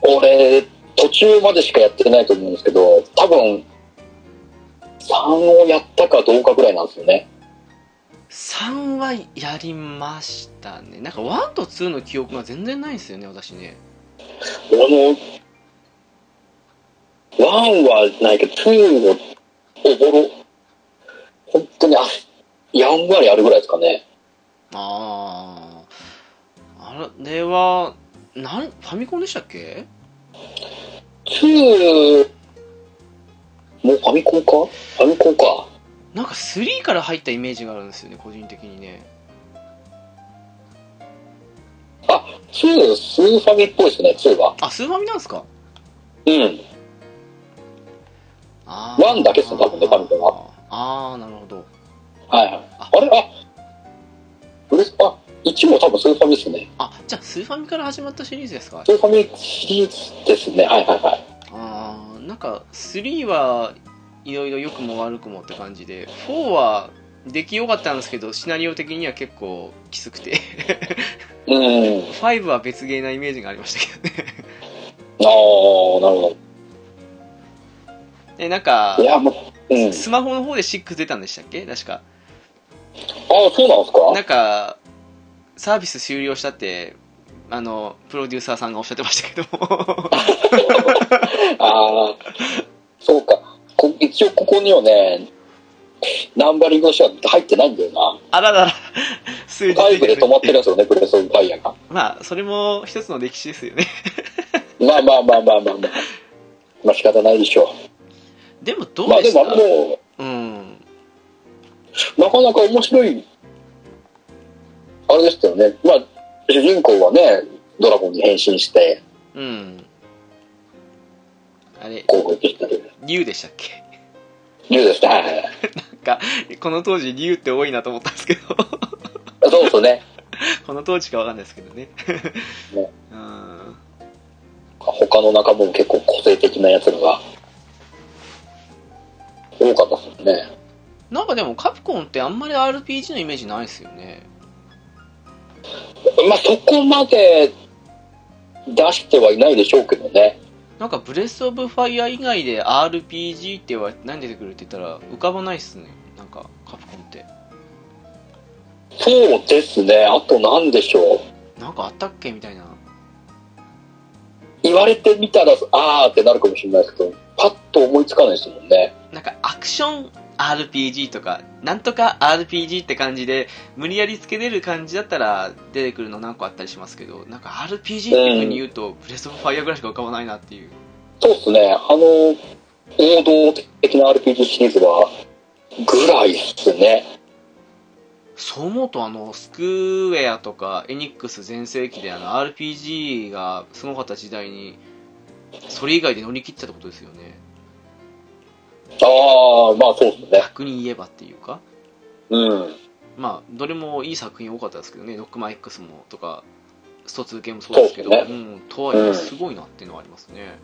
Speaker 2: 俺、途中までしかやってないと思うんですけど、多分、3をやったかどうかぐらいなんですよね。
Speaker 1: 3はやりましたねなんか1と2の記憶が全然ないんですよね私ね
Speaker 2: 俺も、1はないけど、2をおぼろ、本当にあ、やんわりあるぐらいですかね。
Speaker 1: あああれはなんファミコンでしたっけ
Speaker 2: 2、もうファミコンかファミコンか。
Speaker 1: なんか3から入ったイメージがあるんですよね個人的にね
Speaker 2: あ、2、スーファミっぽいですね、2は。
Speaker 1: あスーファミなんですか
Speaker 2: うん。
Speaker 1: あ
Speaker 2: ワンだけっすね多分ねファミコンは
Speaker 1: あーあーなるほど
Speaker 2: はいはい。あれあ、ブレス、あ、1も多分スーファミですね。
Speaker 1: あじゃあスーファミから始まったシリーズですか
Speaker 2: スーファミシリーズですね。はいはいはい。
Speaker 1: あーなんか3はいろいろ良くも悪くもって感じで4は出来良かったんですけどシナリオ的には結構きつくて
Speaker 2: うん。
Speaker 1: 5は別ゲーなイメージがありましたけどね
Speaker 2: ああ、なるほ
Speaker 1: でなんか
Speaker 2: ど。いや、もう、うん。あ
Speaker 1: スマホの方で6出たんでしたっけ確か
Speaker 2: そうなんですか
Speaker 1: なんかサービス終了したってあのプロデューサーさんがおっしゃってましたけども
Speaker 2: ああ、そうか。こ一応ここにはね、ナンバリングの人は入ってないんだよな。
Speaker 1: あららら数字
Speaker 2: 5で止まってるんですよね、ブレスオブファイヤーが。
Speaker 1: まあそれも一つの歴史ですよね
Speaker 2: まあまあまあまあまあまあ。まあ仕方ないでしょ
Speaker 1: でも
Speaker 2: う。
Speaker 1: ど
Speaker 2: ま
Speaker 1: う
Speaker 2: あ
Speaker 1: で
Speaker 2: で
Speaker 1: した、
Speaker 2: も、も
Speaker 1: うん
Speaker 2: う、なかなか面白い、あれでしたよね。まあ、主人公はね、ドラゴンに変身して
Speaker 1: うんあれ
Speaker 2: 攻撃してる。
Speaker 1: 竜でしたっけ
Speaker 2: 竜ですね。はいはいはい
Speaker 1: この当時竜って多いなと思ったんですけど
Speaker 2: そうですね。
Speaker 1: この当時かわかんないですけどね
Speaker 2: ね
Speaker 1: うん
Speaker 2: 他の仲間も結構個性的なやつらが多かったですよね。
Speaker 1: なんかでもカプコンってあんまり RPG のイメージないですよね
Speaker 2: まあそこまで出してはいないでしょうけどね。
Speaker 1: なんかブレス・オブ・ファイア以外で RPG って言われて何出てくるって言ったら浮かばないっすねなんかカプコンって
Speaker 2: そうですね。あと何でしょう。
Speaker 1: なんかあったっけみたいな
Speaker 2: 言われてみたら、あーってなるかもしれないですけど、パッと思いつかないですもんね。
Speaker 1: なんかアクション RPG とかなんとか RPG って感じで無理やりつけれる感じだったら出てくるの何個あったりしますけどなんか RPG っていう風に言うと、ブレス・オブ・ファイアぐらいしか浮かばないなっていう
Speaker 2: そうですね。あの、王道的な RPG シリーズは、ぐらいですね。
Speaker 1: そう思うとあのスクウェアとかエニックス全盛期であの RPG がすごかった時代にそれ以外で乗り切っちゃったことですよね
Speaker 2: あー、まあそうですね。
Speaker 1: 逆に言えばっていうか
Speaker 2: うん。
Speaker 1: まあどれもいい作品多かったですけどね「ノックマン X」もとか「スト2系」もそうですけど
Speaker 2: そうです
Speaker 1: ん、とはいえ
Speaker 2: うん
Speaker 1: すごいなっていうのはありますね、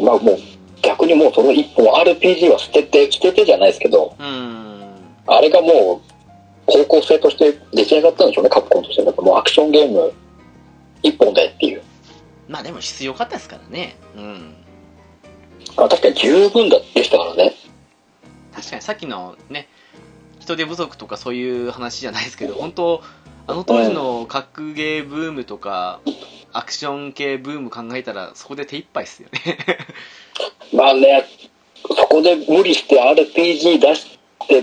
Speaker 2: まあもう、逆にもうその一本 RPG は捨てて、捨ててじゃないですけど、
Speaker 1: うーん
Speaker 2: あれがもう、方向性として出来上がったんでしょうね、カプコンとして。なんかもうアクションゲーム一本でっていう。
Speaker 1: まあでも必要かったですからねうん
Speaker 2: まあ確かに十分だでしたからね。
Speaker 1: 確かにさっきのね人手不足とかそういう話じゃないですけど本当あの当時の格ゲーブームとかアクション系ブーム考えたらそこで手一杯っすよね
Speaker 2: まあね、そこで無理して RPG 出して、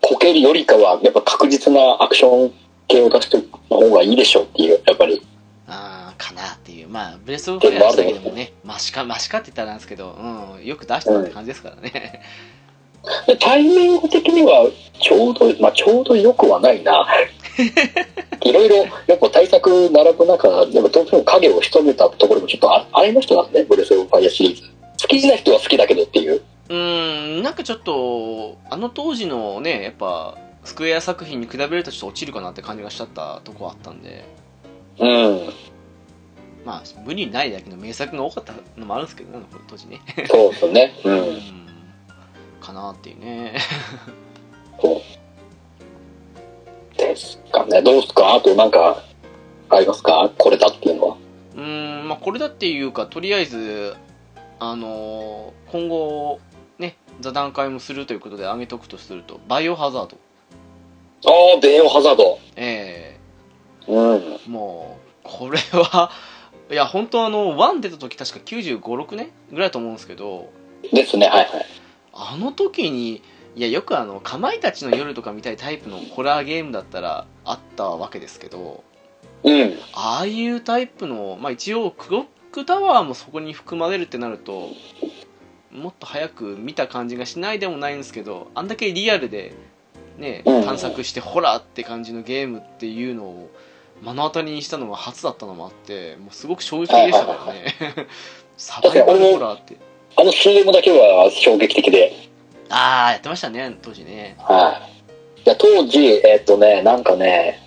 Speaker 2: こけるよりかは、やっぱ確実なアクション系を出しての方がいいでしょうっていう、やっぱり
Speaker 1: あーかなっていう、まあ、ブレス・オブ・ファイアーしたけどもね、マシか、マシかって言ったらなんですけど、うん、よく出したなって感じですからね。
Speaker 2: でタイミング的にはちょうど、まあ、ちょうどよくはない ないろいろやっぱ対策並ぶ中でもどうしても影を潜めたところもちょっとあありましたからねブレス・オブ・ファイアシリーズ好きな人は好きだけどっていう
Speaker 1: うん、なんかちょっと、あの当時のね、やっぱ、スクエア作品に比べるとちょっと落ちるかなって感じがしちゃったとこあったんで、
Speaker 2: うん
Speaker 1: まあ、無理ないだけの名作が多かったのもあるんですけどね、あの当時ね。
Speaker 2: そうですねう
Speaker 1: うんん、かなっていうね。
Speaker 2: そうですかねどうですかあとなんかありますかこれだっていうのは
Speaker 1: うーん、まあ、これだっていうか、とりあえず、あのー今後、ね、座談会もするということで、挙げとくとすると、バイオハザード、
Speaker 2: ああ電話ハザード
Speaker 1: え
Speaker 2: うん
Speaker 1: ーもう、これは、いや、本当あの、1出た時確か95、6年ぐらいだと思うんですけど、
Speaker 2: ですねはいはい
Speaker 1: あの時に、いや、よくあの、かまいたちの夜とかみたいタイプのホラーゲームだったらあったわけですけど、
Speaker 2: うん
Speaker 1: ああいうタイプの、まあ、一応クロックタワーもそこに含まれるってなるともっと早く見た感じがしないでもないんですけどあんだけリアルで、ね、
Speaker 2: うん
Speaker 1: 探索してホラーって感じのゲームっていうのを目の当たりにしたのが初だったのもあってもうすごく衝撃的でしたからねサバイバルホラーって
Speaker 2: あの CM だけは衝撃的で
Speaker 1: ああやってましたね当時ね
Speaker 2: はい。いや、当時、えっ、とね、なんかね、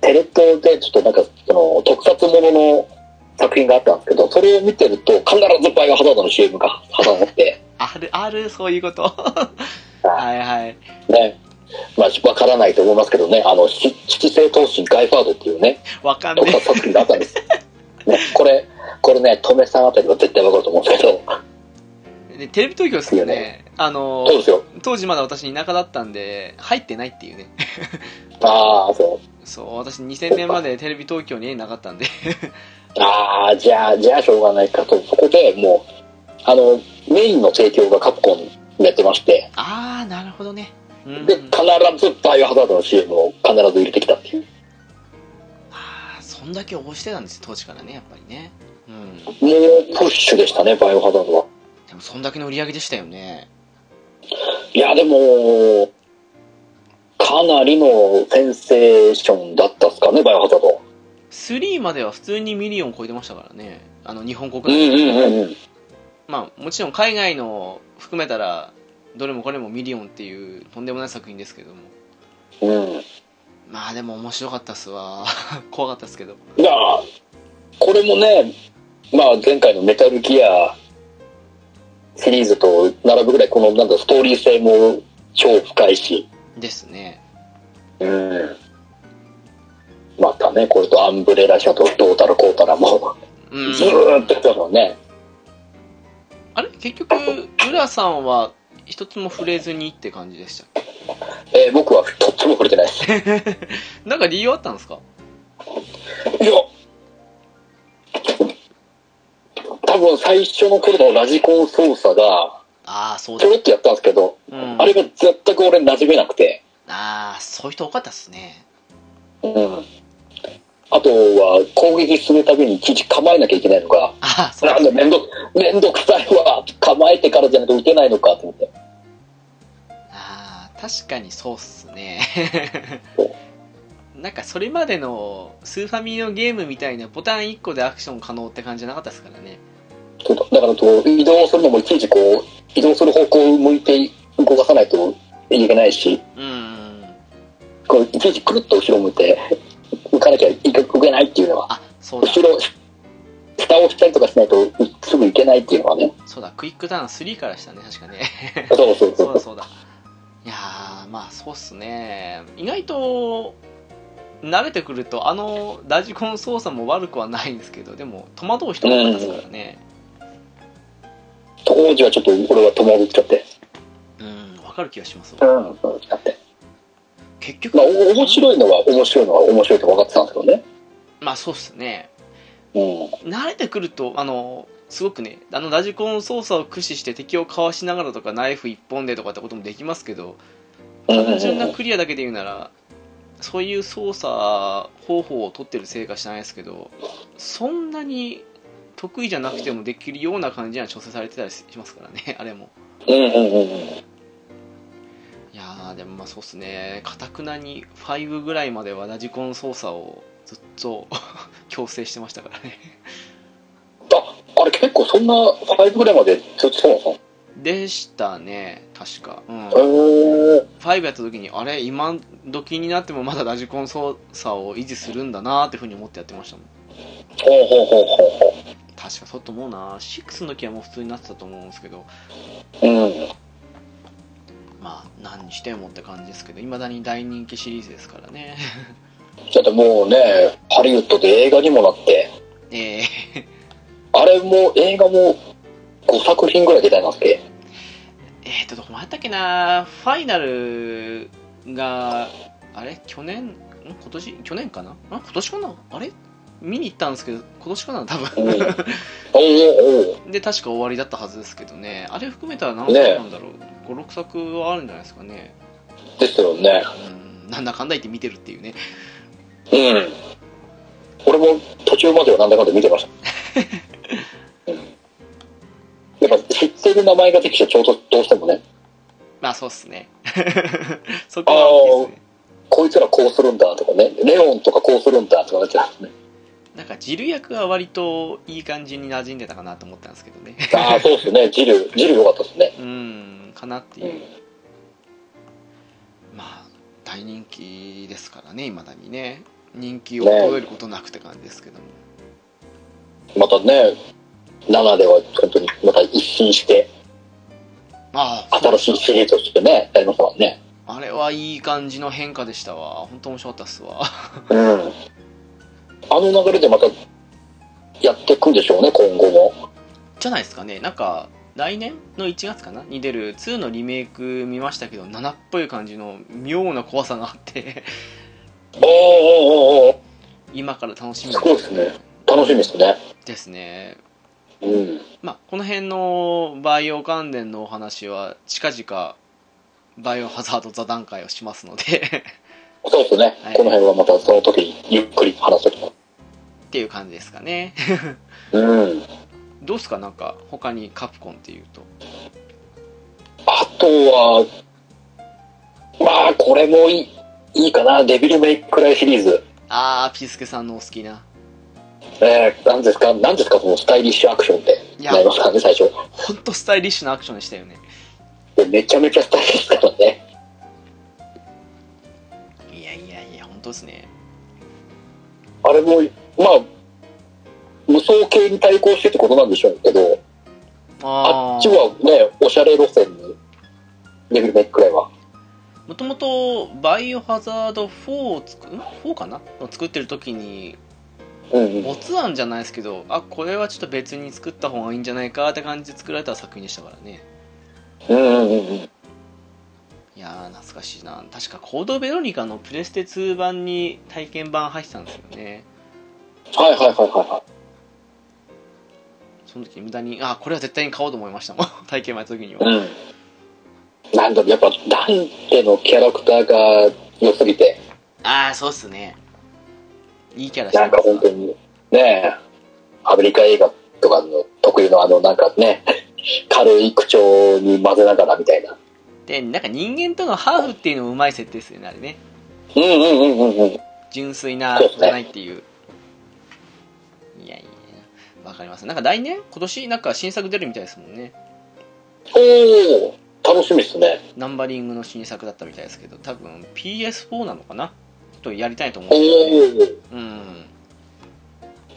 Speaker 2: テレ東でちょっとなんか、その、特撮ものの作品があったんですけど、それを見てると、必ずバイオハザードの CM が挟まって、
Speaker 1: あるあるそういうことはいはい
Speaker 2: ね。まあ、わからないと思いますけどね、あの、し七星闘士ガイファードっていうね、
Speaker 1: わ かん
Speaker 2: 特
Speaker 1: ね
Speaker 2: 撮
Speaker 1: え
Speaker 2: 作品があったんです。ね、これ、これね、トメさんあたりは絶対わかると思うんですけど、
Speaker 1: ねテレビ東京ですよねあの
Speaker 2: そうですよ。
Speaker 1: 当時まだ私田舎だったんで入ってないっていうね
Speaker 2: ああ、そう。
Speaker 1: そう私2000年までテレビ東京になかったんで
Speaker 2: ああ、じゃあ、じゃあしょうがないかと。そこでもう、あの、メインの提供がカプコンにやってまして、
Speaker 1: ああなるほどねうん
Speaker 2: で、必ずバイオハザードの CM を必ず入れてきたっていう。
Speaker 1: ああそんだけ応してたんですよ当時からねやっぱりねうん
Speaker 2: もうプッシュでしたね、バイオハザードは。
Speaker 1: でもそんだけの売り上げでしたよね
Speaker 2: いや、でも、かなりのセンセーションだったっすかね、バイオハザード。
Speaker 1: 3までは普通にミリオン超えてましたからねあの日本国
Speaker 2: うん
Speaker 1: 内、
Speaker 2: うんうんうん。
Speaker 1: まあもちろん海外の含めたらどれもこれもミリオンっていうとんでもない作品ですけども
Speaker 2: うん。
Speaker 1: まあでも面白かったっすわ 怖かったっすけど
Speaker 2: いや、これもね、まあ前回のメタルギアシリーズと並ぶぐらい、このなんだ、ストーリー性も超深いし。
Speaker 1: ですね
Speaker 2: うん。またね、これとアンブレラ社とどうたらこうたらも、
Speaker 1: うん
Speaker 2: ずーっとやってますもんね。
Speaker 1: あれ結局、浦さんは一つも触れずにって感じでしたっけ
Speaker 2: えー僕はとっても触れてないです。い
Speaker 1: なんか理由あったんですか
Speaker 2: や、多分最初の頃のラジコン操作が、
Speaker 1: ああ、そう
Speaker 2: ち
Speaker 1: だ
Speaker 2: ょ。ろっとやったんですけど、
Speaker 1: うん、
Speaker 2: あれが全く俺馴染めなくて、
Speaker 1: ああ、そういう人多かったっすね。
Speaker 2: うん。あとは攻撃するたびにいちいち構えなきゃいけないのが、
Speaker 1: ああ、そう
Speaker 2: なんだめんど、めんどくさいわ。構えてからじゃないと打てないのかと思って。
Speaker 1: ああ、確かにそうっすね。 なんかそれまでのスーファミのゲームみたいなボタン1個でアクション可能って感じじゃなかったですからね。
Speaker 2: そうだだからこう移動するのもいちいちこう移動する方向を向いて動かさないといけないし
Speaker 1: うん。
Speaker 2: こういちいちくるっと後ろ向いて向かなきゃいけ動けないっていうのは
Speaker 1: あ、そうだ
Speaker 2: 後。ろ下をしたりとかしないとすぐ行けないっていうのはね
Speaker 1: そうだ。クイックターン3からしたね、確かね。
Speaker 2: そうそうそ
Speaker 1: そううだそうだ。いやー、まあそうっすね。意外と、慣れてくると、あの、ラジコン操作も悪くはないんですけど、でも、戸惑う人も多かったですからね。
Speaker 2: 当時はちょっと俺は戸惑っちゃって
Speaker 1: うん、わかる気がしますわ
Speaker 2: うんだって
Speaker 1: 結局、
Speaker 2: まあお面白いのは面白いのは面白いと分かってたんですけどね
Speaker 1: まあそうっすね。
Speaker 2: うん
Speaker 1: 慣れてくると、あの、すごくね、あの、ラジコン操作を駆使して敵をかわしながらとか、ナイフ一本でとかってこともできますけど、
Speaker 2: うんうん
Speaker 1: 単純
Speaker 2: う
Speaker 1: なんクリアだけで言うなら、そういう操作方法を取ってるせいか知らないですけどそんなに得意じゃなくてもできるような感じには調整されてたりしますからね あれも
Speaker 2: うんうんうんうん。
Speaker 1: いやーでもまあそうっすねかたくなに5ぐらいまではラジコン操作をずっと 強制してましたからね
Speaker 2: あ、あれ結構そんな5ぐらいまでずっとそうなの
Speaker 1: でしたね確か、うん、
Speaker 2: へえ。
Speaker 1: 5やった時にあれ今時になってもまだラジコン操作を維持するんだなーっていうふうに思ってやってましたもん
Speaker 2: ほうほうほうほうほ
Speaker 1: 確かそうと思うな6の時はもう普通になってたと思うんですけど
Speaker 2: う。うん。
Speaker 1: まあ何にしてもって感じですけどいまだに大人気シリーズですからね
Speaker 2: だってもうね、ハリウッドで映画にもなって、
Speaker 1: えー
Speaker 2: あれも映画も5作品ぐらい出たんだっけ
Speaker 1: えっとどこもあったっけなファイナルがあれ去年ん今年去年かなあ今年かなあれ見に行ったんですけど今年かな多
Speaker 2: うん。おう
Speaker 1: 分
Speaker 2: おうおう
Speaker 1: で確か終わりだったはずですけどねあれ含めたら何作なんだろう、56作はあるんじゃないですかね
Speaker 2: ですよね。
Speaker 1: うんなんだかんだ言って見てるっていうね
Speaker 2: うん。俺も途中まではなんだかんだ見てました。うんやっぱ知ってる名前ができてちょうどどうしてもね、
Speaker 1: まあそうっすね そこは大きいですね
Speaker 2: こいつらこうするんだとかね、レオンとかこうするんだとかなっちゃうんですね。
Speaker 1: なんかジル役は割といい感じに馴染んでたかなと思ったんですけどね
Speaker 2: ああ、そうですね。ジル、ジル良かったですね。
Speaker 1: うんかなっていうまあ大人気ですからねいまだにね人気を衰えることなくって感じですけども、
Speaker 2: またね、7では本当にまた一新して、
Speaker 1: まあそう
Speaker 2: 新しいシリーズとしてね、やりましたからね。
Speaker 1: あれはいい感じの変化でしたわ本当面白かったっすわ
Speaker 2: うん。あの流れでまたやっていくんでしょうね、今後も。
Speaker 1: じゃないですかねなんか来年の1月かなに出る2のリメイク見ましたけど7っぽい感じの妙な怖さがあって
Speaker 2: おーおーおーお
Speaker 1: 今から楽しみ
Speaker 2: そうですねー楽しみですね。
Speaker 1: ですね
Speaker 2: うん。
Speaker 1: まあ、この辺のバイオ関連のお話は近々バイオハザード座談会をしますので
Speaker 2: そうですね、
Speaker 1: はい
Speaker 2: この辺はまたその時にゆっくり話せると。
Speaker 1: っていう感じですかね
Speaker 2: うん。
Speaker 1: どうっすかなんか他にカプコンっていうと
Speaker 2: あとは、まあ、これもいいいいかな。デビルメイクライシリーズ。
Speaker 1: あーピースケさんのお好きな
Speaker 2: えー、なんですか、なんですか、そのスタイリッシュアクションって
Speaker 1: いや
Speaker 2: なりますからね、最初。
Speaker 1: ほんとスタイリッシュなアクションでしたよね
Speaker 2: でめちゃめちゃスタイリッシュだからね。
Speaker 1: いやいやいや本当ですね
Speaker 2: あれも、まあ、無双系に対抗してってことなんでしょうけど、あ
Speaker 1: あ
Speaker 2: っちはね、おしゃれ路線に、デビルメイクライは。
Speaker 1: もともとバイオハザード4を作ん4かなを作ってる時に
Speaker 2: うんうん。
Speaker 1: ボツ案じゃないですけどあこれはちょっと別に作った方がいいんじゃないかって感じで作られた作品でしたからね
Speaker 2: うんうんうん
Speaker 1: いやー懐かしいな確かコードベロニカのプレステ2版に体験版入ってたんですよね
Speaker 2: はいはいはいはいは
Speaker 1: その時無駄にあこれは絶対に買おうと思いましたもん 体験版やった時に
Speaker 2: い。
Speaker 1: は
Speaker 2: うん。なんだろう、やっぱ、ダンテのキャラクターが良すぎて、
Speaker 1: ああそうっすねいいキャラして
Speaker 2: な
Speaker 1: ま
Speaker 2: ん
Speaker 1: す
Speaker 2: か本当に、ねえ、アメリカ映画とかの特有のあの、なんかね、軽い口調に混ぜながらみたいな。
Speaker 1: でなんか人間とのハーフっていうのもうまい設定ですよねあれね
Speaker 2: うんうんうんうんうん。
Speaker 1: 純粋な
Speaker 2: そうっすね
Speaker 1: じゃないっていういやいやわかりますなんか来年今年なんか新作出るみたいですもんね
Speaker 2: おお楽しみですね。
Speaker 1: ナンバリングの新作だったみたいですけど多分 PS4 なのかなちょっとやりたいと思うん
Speaker 2: お
Speaker 1: ですよね
Speaker 2: お
Speaker 1: うん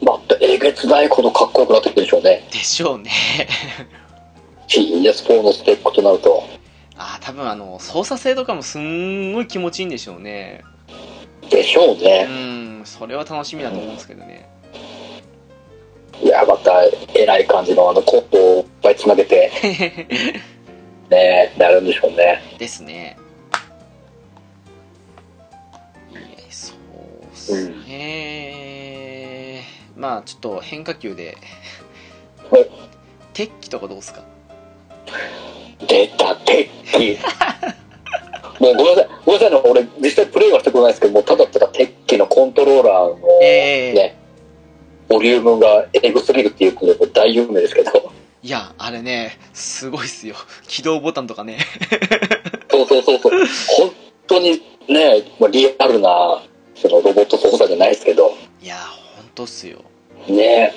Speaker 2: またえげつないほどかっこよくなってくるでしょうね。
Speaker 1: でしょうね
Speaker 2: PS4 のスペックとなると。
Speaker 1: あー多分あの操作性とかもすんごい気持ちいいんでしょうね
Speaker 2: でしょう
Speaker 1: う
Speaker 2: ね。
Speaker 1: んそれは楽しみだと思うんですけどね
Speaker 2: いや、また、えらい感じのあのコットをいっぱい繋 げて、ね、なるんでしょうね。
Speaker 1: ですねいやそうっすね、まあちょっと変化球で
Speaker 2: はい
Speaker 1: 鉄器とかどうっすか
Speaker 2: 出た、鉄器。もうごめんなさい、ごめんなさいね、俺、実際プレイはしたことないですけど、もうただただ鉄器のコントローラーの
Speaker 1: ええ
Speaker 2: ね、ボリュームがエグすぎるっていうことでもう大有名ですけど、
Speaker 1: いや、あれね、すごいっすよ。起動ボタンとかね。
Speaker 2: そうそうそうそう、本当にね、まあ、リアルなそのロボット操作じゃないですけど、
Speaker 1: いや、ほんとっすよ。
Speaker 2: ね、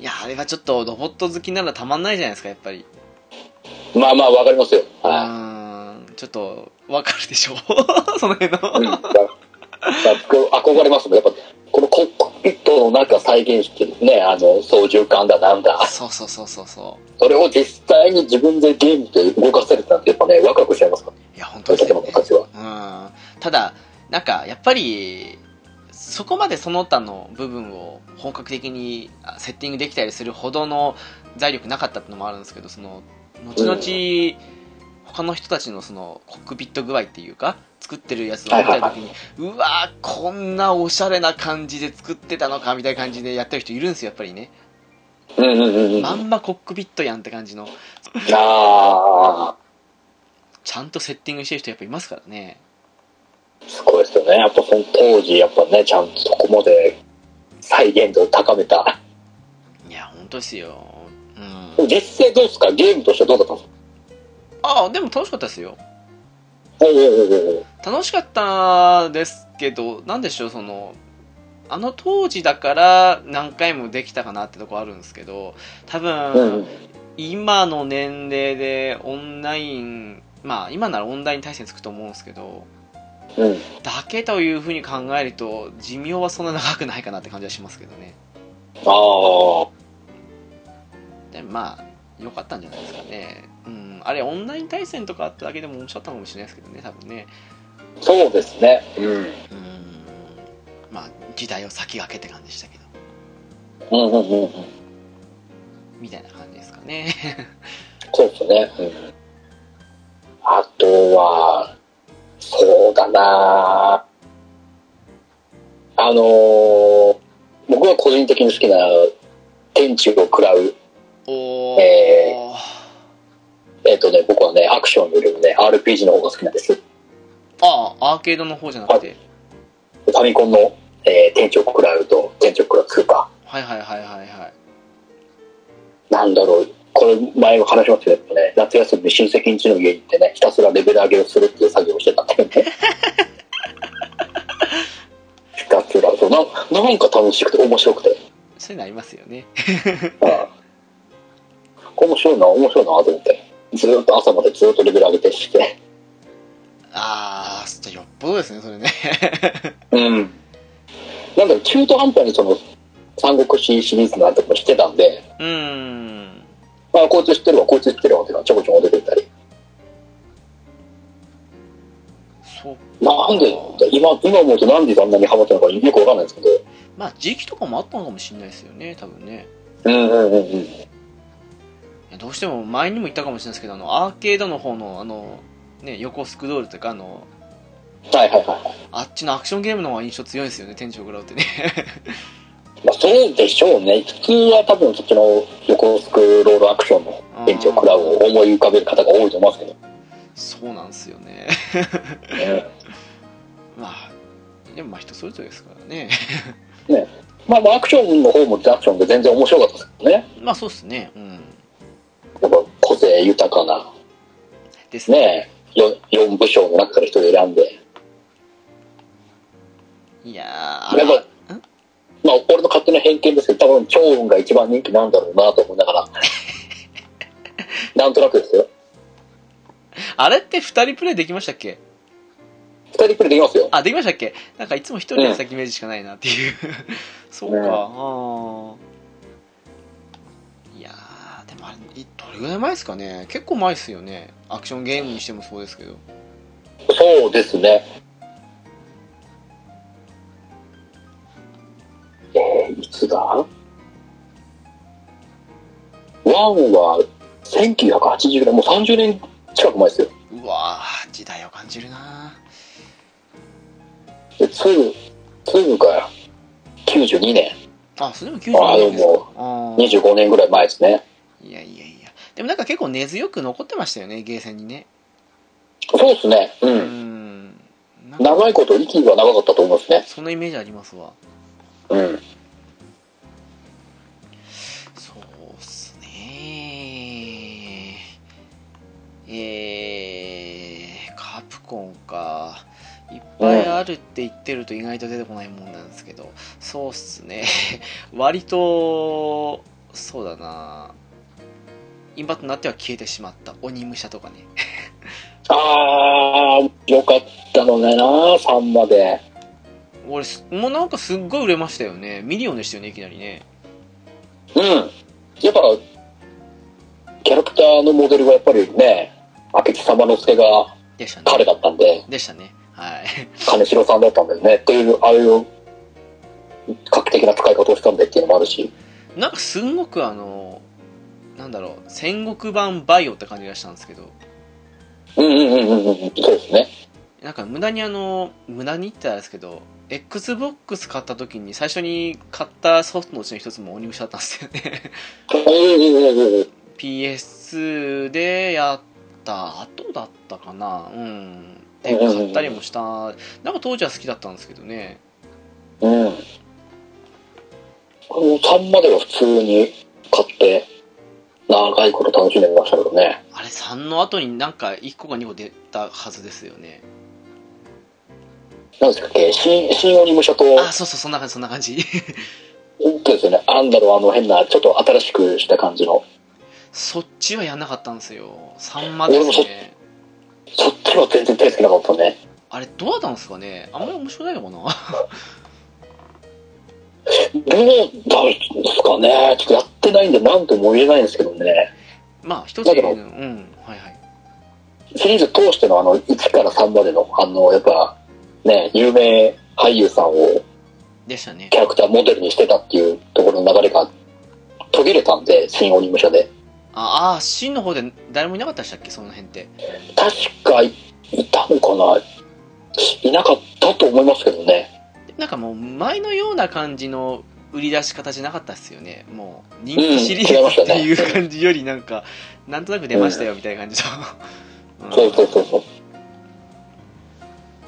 Speaker 1: いや、あれはちょっとロボット好きならたまんないじゃないですか、やっぱり。
Speaker 2: まあまあ、わかりますよ。
Speaker 1: う
Speaker 2: は
Speaker 1: ーん、ちょっと、わかるでしょ その辺
Speaker 2: い。うん
Speaker 1: の。
Speaker 2: まあまあ憧れますもん、やっぱ、このコックピットの中再現してね、あの、操縦感だなんだ、
Speaker 1: そうそうそうそうそ
Speaker 2: それを実際に自分でゲームで動かせるなんて、やっぱね、ワクワクしちゃいますから
Speaker 1: う。いや、ほんと
Speaker 2: そう
Speaker 1: っす
Speaker 2: いう
Speaker 1: よ
Speaker 2: の
Speaker 1: ね。
Speaker 2: たちは。
Speaker 1: うん。ただ、なんか、やっぱり、そこまでその他の部分を本格的にあセッティングできたりするほどの財力なかったってのもあるんですけど、その、後々、他の人たちのそのコックピット具合っていうか作ってるやつを見た時に、うわーこんなおしゃれな感じで作ってたのかみたいな感じでやってる人いるんですよやっぱりね、
Speaker 2: うんうんうんうん。
Speaker 1: ま
Speaker 2: あ
Speaker 1: んまコックピットやんって感じの
Speaker 2: あ
Speaker 1: ちゃんとセッティングしてる人やっぱいますからね
Speaker 2: ー、すごいですよね。やっぱその当時、やっぱね、ちゃんとそこまで再現度を高めた。
Speaker 1: いや本当ですようん
Speaker 2: 実際どうですかゲームとしてはどうだったんですか
Speaker 1: ああでも楽しかったですよ
Speaker 2: おうおうおうおう
Speaker 1: 楽しかったですけどなんでしょうそのあの当時だから何回もできたかなってとこあるんですけど多分、
Speaker 2: うんうん
Speaker 1: 今の年齢でオンラインまあ今ならオンライン対戦つくと思うんですけど
Speaker 2: うん。
Speaker 1: だけというふうに考えると寿命はそんな長くないかなって感じはしますけどね
Speaker 2: ああ。
Speaker 1: でもまあ良かったんじゃないですかねうんあれオンライン対戦とかあっただけでも面白かったのかもしれないですけどね多分ね
Speaker 2: そうですね。うん。
Speaker 1: うんまあ時代を先駆けって感じでしたけど
Speaker 2: うんうんうんうん。
Speaker 1: みたいな感じですかね
Speaker 2: そうですね。うん。あとは、そうだなあのー僕が個人的に好きな天地を食らう、
Speaker 1: おお、
Speaker 2: ええっ、とね、僕はね、アクションよりもね、RPG の方が好きなんです。フ
Speaker 1: ああアーケードの方じゃなくて
Speaker 2: ァミコンの、えー天地を食らうと、天地を食らう2か。
Speaker 1: はいはいはいはいはい
Speaker 2: なんだろう、これ前も話しましたけどね、夏休みに親戚んちの家に行ってね、ひたすらレベル上げをするっていう作業をしてたんだよね。ひたすら、そうななんか楽しくて面白くて、
Speaker 1: そういうのありますよね
Speaker 2: うん、面白いな、面白いなと思って、ずーっと朝までずーっとレベル上げてして、
Speaker 1: ああ、ちょっとよっぽどですね、それね。
Speaker 2: うん。なんだろう、中途半端にその、三国志シリーズなんてこともしてたんで、
Speaker 1: うーん。
Speaker 2: あこいつ知ってるわ、こいつ知ってるわっていうのがちょこちょこ出てきたり、
Speaker 1: そっか
Speaker 2: なんで、今、今思うとなんであんなにハマったのかよくわかんないですけど、
Speaker 1: まあ、時期とかもあったのかもしれないですよね、多分ね。
Speaker 2: うんうんうんうん。
Speaker 1: いやどうしても前にも言ったかもしれないですけど、あの、アーケードの方の、あの、ね、横スクロールというか、あの、
Speaker 2: はいはいはい。
Speaker 1: あっちのアクションゲームの方が印象強いですよね、天井食らうってね。
Speaker 2: まあ、そうでしょうね。普通は多分そっちの横スクロールアクションのベンチを食らうを思い浮かべる方が多いと思いますけど。
Speaker 1: そうなんですよね。まあ、でもまあ人それぞれですからね。
Speaker 2: まあまあアクションの方もアクションで全然面白かったですけどね。
Speaker 1: まあそうっすね、うん。
Speaker 2: やっぱ個性豊かな、
Speaker 1: ですね。
Speaker 2: ね、4, 四部将の中から一人選んで。
Speaker 1: いやー、あ
Speaker 2: やっ
Speaker 1: ら
Speaker 2: ぱ、まあ俺の勝手な偏見ですけど、多分趙雲が一番人気なんだろうなと思いな がら。なんとなくですよ。
Speaker 1: あれって二人プレイできましたっけ
Speaker 2: 二人プレイできますよ。
Speaker 1: あ、できましたっけなんかいつも一人で先イメージしかないなっていう。 そうか、あ
Speaker 2: ね
Speaker 1: あ。いやー、でもあれ、いどれぐらい前ですかね結構前ですよね。アクションゲームにしてもそうですけど。
Speaker 2: そうですね。えー、いつだワンは1980年、もう30年近く前ですよ。
Speaker 1: うわー、時代を感じるな
Speaker 2: で、ツー、ツーが92年、
Speaker 1: あ、それでも90年ですか。あー
Speaker 2: 25年ぐらい前ですね。
Speaker 1: いやいやいや。でもなんか結構根強く残ってましたよね、ゲーセンにね。
Speaker 2: そうですね。う。
Speaker 1: うんんなんか
Speaker 2: 長いこと、息が長かったと思いますね。
Speaker 1: そのイメージありますわ
Speaker 2: うん。
Speaker 1: そうっすねえー、カプコンかいっぱいあるって言ってると意外と出てこないもんなんですけどそうっすね 割とそうだな今となっては消えてしまった鬼武者とかね
Speaker 2: あー、よかったのねな、3まで。
Speaker 1: 俺すもうなんかすっごい売れましたよねミリオンでしたよねいきなりね
Speaker 2: うん。やっぱ、キャラクターのモデルがやっぱりね、明智様之助が
Speaker 1: でしたね
Speaker 2: 彼だったんで、
Speaker 1: でしたねはい
Speaker 2: 金城さんだったんだよね。っていう、ああいう、画期的な使い方をしたんでっていうのもあるし。
Speaker 1: なんかすんごくあのなんだろう戦国版バイオって感じがしたんですけど
Speaker 2: うんうんうんうんうん。そうですね。
Speaker 1: なんか無駄にあの無駄に言ったらですけど XBOX 買った時に最初に買ったソフトのうちの一つも鬼武者だったんですよね
Speaker 2: うんうんうんうんうん。
Speaker 1: PS2 でやった後だったかなうんで買ったりもしたなんか当時は好きだったんですけどね
Speaker 2: うん。この3までは普通に買って、長いこと楽しんでましたけどね。
Speaker 1: あれ3の後になんか1個か2個出たはずですよね
Speaker 2: なんですかっけ、新、新鬼武者と、
Speaker 1: あそうそうそんな感じそんな感じ
Speaker 2: うんとですよね、アンダのあの変な、ちょっと新しくした感じの、
Speaker 1: そっちはやんなかったんですよ3までですね
Speaker 2: そっちは全然手つけなかったね。
Speaker 1: あれどうだったんですかねあんまり面白くないのかな
Speaker 2: どうなんですかね、ちょっとやってないんで、なんとも言えないんですけどね。
Speaker 1: まあ一つ
Speaker 2: だ
Speaker 1: 言
Speaker 2: け
Speaker 1: える
Speaker 2: ど
Speaker 1: うんはいはい
Speaker 2: シリーズ通してのあの、1から3までの、あの、やっぱ、ね、有名俳優さんを
Speaker 1: でしたね
Speaker 2: キャラクターモデルにしてたっていうところの流れが途切れたんで、新鬼武者で。
Speaker 1: ああ真の方で誰もいなかったでしたっけその辺って
Speaker 2: 確かいたのかないなかったと思いますけどね。
Speaker 1: なんかもう前のような感じの売り出し方じゃなかったっすよねもう人気シリーズ
Speaker 2: うん違いました
Speaker 1: って
Speaker 2: ね
Speaker 1: いう感じよりなんかなんとなく出ましたよみたいな感じと、 うん
Speaker 2: そうそうそうそう。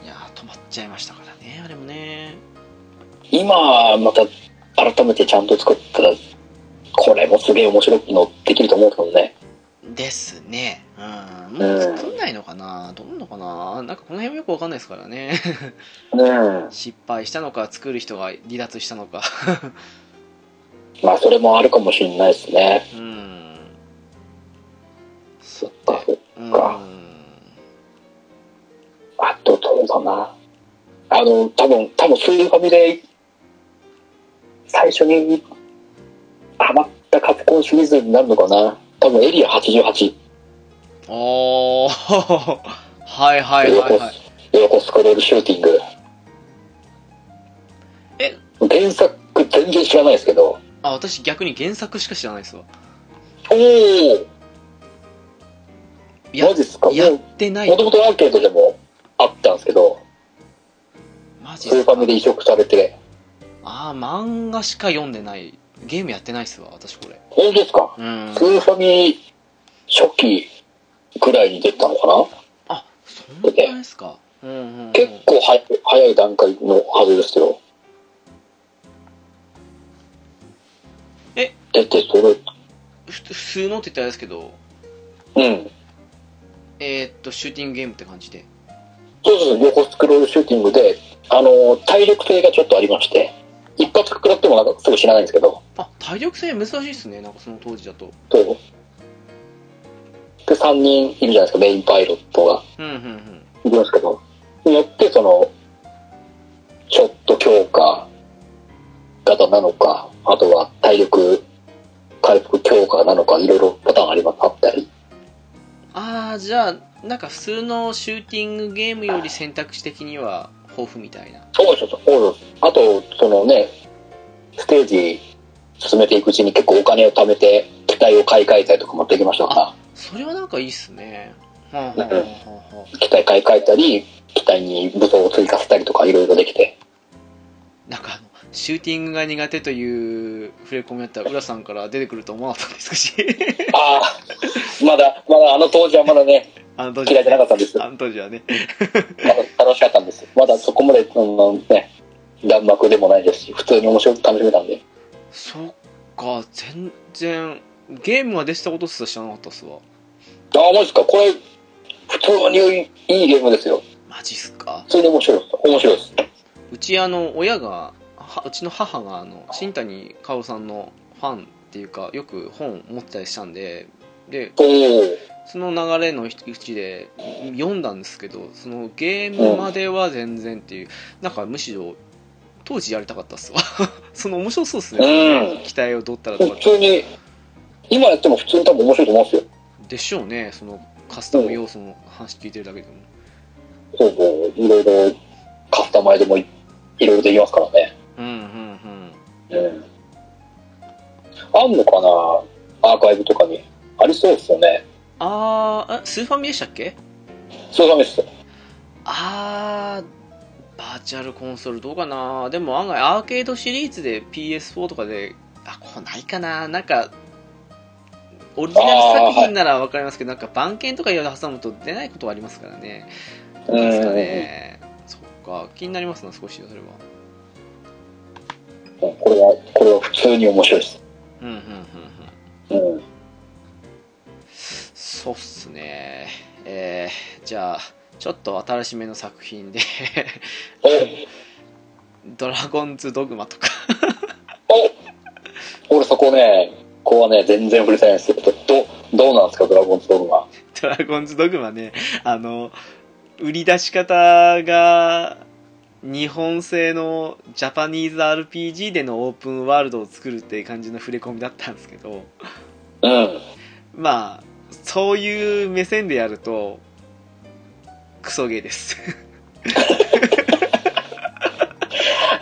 Speaker 1: いやー止まっちゃいましたからねあれもね
Speaker 2: 今、また改めてちゃんと作ったら、これもすげえ面白いのできると思うけどね。
Speaker 1: ですねうんもう作んないのかなどうなのかななんかこの辺はよくわかんないですからね
Speaker 2: うん。
Speaker 1: 失敗したのか作る人が離脱したのか
Speaker 2: まあ、それもあるかもしれないですね。
Speaker 1: うん
Speaker 2: そっか。
Speaker 1: うん
Speaker 2: かあと、どうかな。あの、多分、多分、スーファミで、最初にハマったカプコンシリーズになるのかな。多分、エリア88。
Speaker 1: おおはいはいはいはい
Speaker 2: 横スクロールシューティング
Speaker 1: え
Speaker 2: 原作全然知らないですけど
Speaker 1: あ私逆に原作しか知らないですわ
Speaker 2: おお
Speaker 1: や
Speaker 2: マジっすか
Speaker 1: やってない
Speaker 2: もともとアーケードでもあったんですけど
Speaker 1: マジっ
Speaker 2: スー
Speaker 1: す
Speaker 2: フ
Speaker 1: か
Speaker 2: ァミで移植されて
Speaker 1: ああ漫画しか読んでないゲームやってないっすわ私これ
Speaker 2: 本当ですか
Speaker 1: うん
Speaker 2: スーファミ初期ぐらいに出たのかな
Speaker 1: あそんなないですかうんうん、うん、
Speaker 2: 結構は早い段階のはずですよ
Speaker 1: え
Speaker 2: 出てそれ
Speaker 1: ふ普通のって言ったらあれですけど
Speaker 2: うん
Speaker 1: えー、っとシューティングゲームって感じで
Speaker 2: そうそうそう横スクロールシューティングであの体力性がちょっとありまして一発食らってもなんかすぐ死なないんですけど
Speaker 1: あ体力戦珍しいっすねなんかその当時だと
Speaker 2: と、で、3人いるじゃないですか、メインパイロットが。
Speaker 1: うんうんうん
Speaker 2: いるんですけど、によって、その、ショット強化型なのか、あとは体力回復強化なのか、いろいろパターンあります、あったり。
Speaker 1: ああじゃあなんか普通のシューティングゲームより選択肢的には豊富みたいな
Speaker 2: そうそうそうそうです。あと、そのね、ステージ進めていくうちに結構お金を貯めて、機体を買い替えたりとかもできましたから。
Speaker 1: それはなんかいいっすねはあはあはあはあ
Speaker 2: 機体買い替えたり、機体に武装を追加したりとかいろいろできて。
Speaker 1: なんかあのシューティングが苦手という触れ込みだったら浦さ んから出てくると思わなかったんですかし
Speaker 2: ああ、まだ、まだあの当時はまだね、
Speaker 1: あの当時
Speaker 2: 嫌いじゃなかったんです
Speaker 1: あの当時はね。
Speaker 2: 楽しかったんですまだそこまでそのね弾幕でもないですし普通に面白く楽しめたんで
Speaker 1: そっか、全然、ゲームは出したことすら知らなかったっすわ。
Speaker 2: ああマジですかこれ普通にいいゲームですよ
Speaker 1: マジっすか
Speaker 2: 普通に面白いです面白いです
Speaker 1: うちあの親がはうちの母があの新谷薫さんのファンっていうかよく本持ってたりしたんでで
Speaker 2: おー
Speaker 1: その流れのうちで読んだんですけどそのゲームまでは全然っていうなんかむしろ当時やりたかったっすわ その面白そうっすね、
Speaker 2: うん
Speaker 1: 期待を取ったらとか
Speaker 2: 普通に今やっても普通に多分面白いと思いますよ
Speaker 1: でしょうねそのカスタム要素の話聞いてるだけでも
Speaker 2: そうそういろいろカスタマイズもいいろいろできますからね
Speaker 1: うんうんうん
Speaker 2: うんあんのかなアーカイブとかにありそうですよね
Speaker 1: あーあスーファミでしたっけ
Speaker 2: そうダメです
Speaker 1: あーバーチャルコンソールどうかなでも案外アーケードシリーズで PS4 とかであこうないかななんかオリジナル作品ならわかりますけど、なんか番犬とかいろいろ挟むと出ないことはありますからねどうですかねそっか気になりますな少しそれは
Speaker 2: うんこれはこれは普通に面白いです
Speaker 1: うんうんうんうん
Speaker 2: うん
Speaker 1: そうっすねえー、じゃあちょっと新しめの作品で ドラゴンズドグマとか
Speaker 2: お俺そこねここはね全然触れてないんですけどどどうなんですかドラゴンズドームは
Speaker 1: ドラゴンズドグマね、あの、売り出し方が、日本製のジャパニーズ RPG でのオープンワールドを作るっていう感じの触れ込みだったんですけど、
Speaker 2: うん
Speaker 1: まあ、そういう目線でやると、クソゲーです。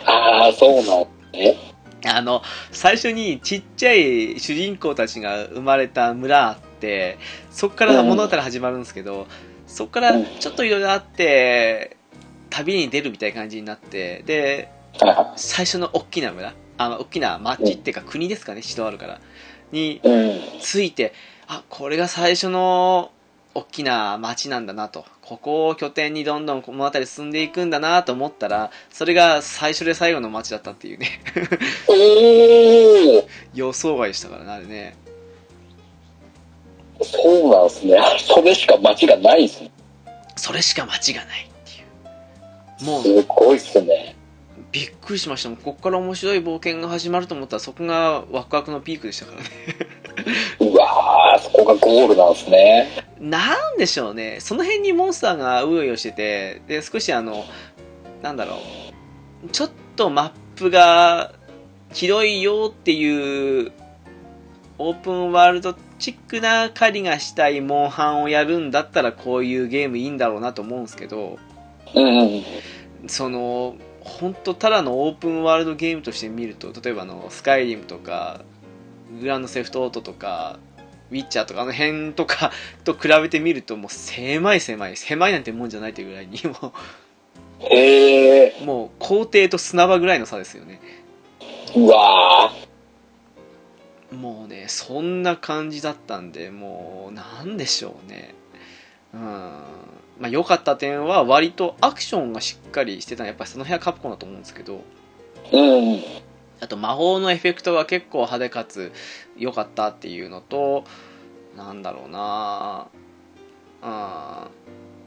Speaker 2: ああそうなんね
Speaker 1: あの、最初にちっちゃい主人公たちが生まれた村あって、そこから物語始まるんですけど、そこからちょっといろいろあって、旅に出るみたいな感じになって、で、
Speaker 2: はいは
Speaker 1: 最初の大きな村、あの、大きな町っていうか国ですかね、人あるから、に
Speaker 2: いうん
Speaker 1: ついて、あ、これが最初の大きな町なんだなと、ここを拠点にどんどん物語進んでいくんだなと思ったら、それが最初で最後の町だったっていうね。
Speaker 2: おお
Speaker 1: 予想外でしたからねあれね
Speaker 2: そうなんですねそれしか間違いないですね
Speaker 1: それしか間違いないっていうもう
Speaker 2: すごいっすね
Speaker 1: びっくりしましたもんここから面白い冒険が始まると思ったらそこがワクワクのピークでしたからね
Speaker 2: うわーそこがゴールなんですね
Speaker 1: なんでしょうねその辺にモンスターがうようよしててで少しあのなんだろうちょっとマップが広いよっていうオープンワールドチックな狩りがしたいモンハンをやるんだったらこういうゲームいいんだろうなと思うんですけど、
Speaker 2: うんうん
Speaker 1: その本当ただのオープンワールドゲームとして見ると例えばあのスカイリムとかグランドセフトオートとかウィッチャーとかあの辺とか と比べてみるともう狭い狭い狭いなんてもんじゃないというぐらいに も
Speaker 2: へえ
Speaker 1: うもう校庭と砂場ぐらいの差ですよね
Speaker 2: うわー
Speaker 1: もうねそんな感じだったんでもうなんでしょうねうんまあ良かった点は割とアクションがしっかりしてたのはやっぱりその辺はカプコンだと思うんですけど
Speaker 2: うんうん
Speaker 1: あと魔法のエフェクトが結構派手かつ良かったっていうのとなんだろうなあ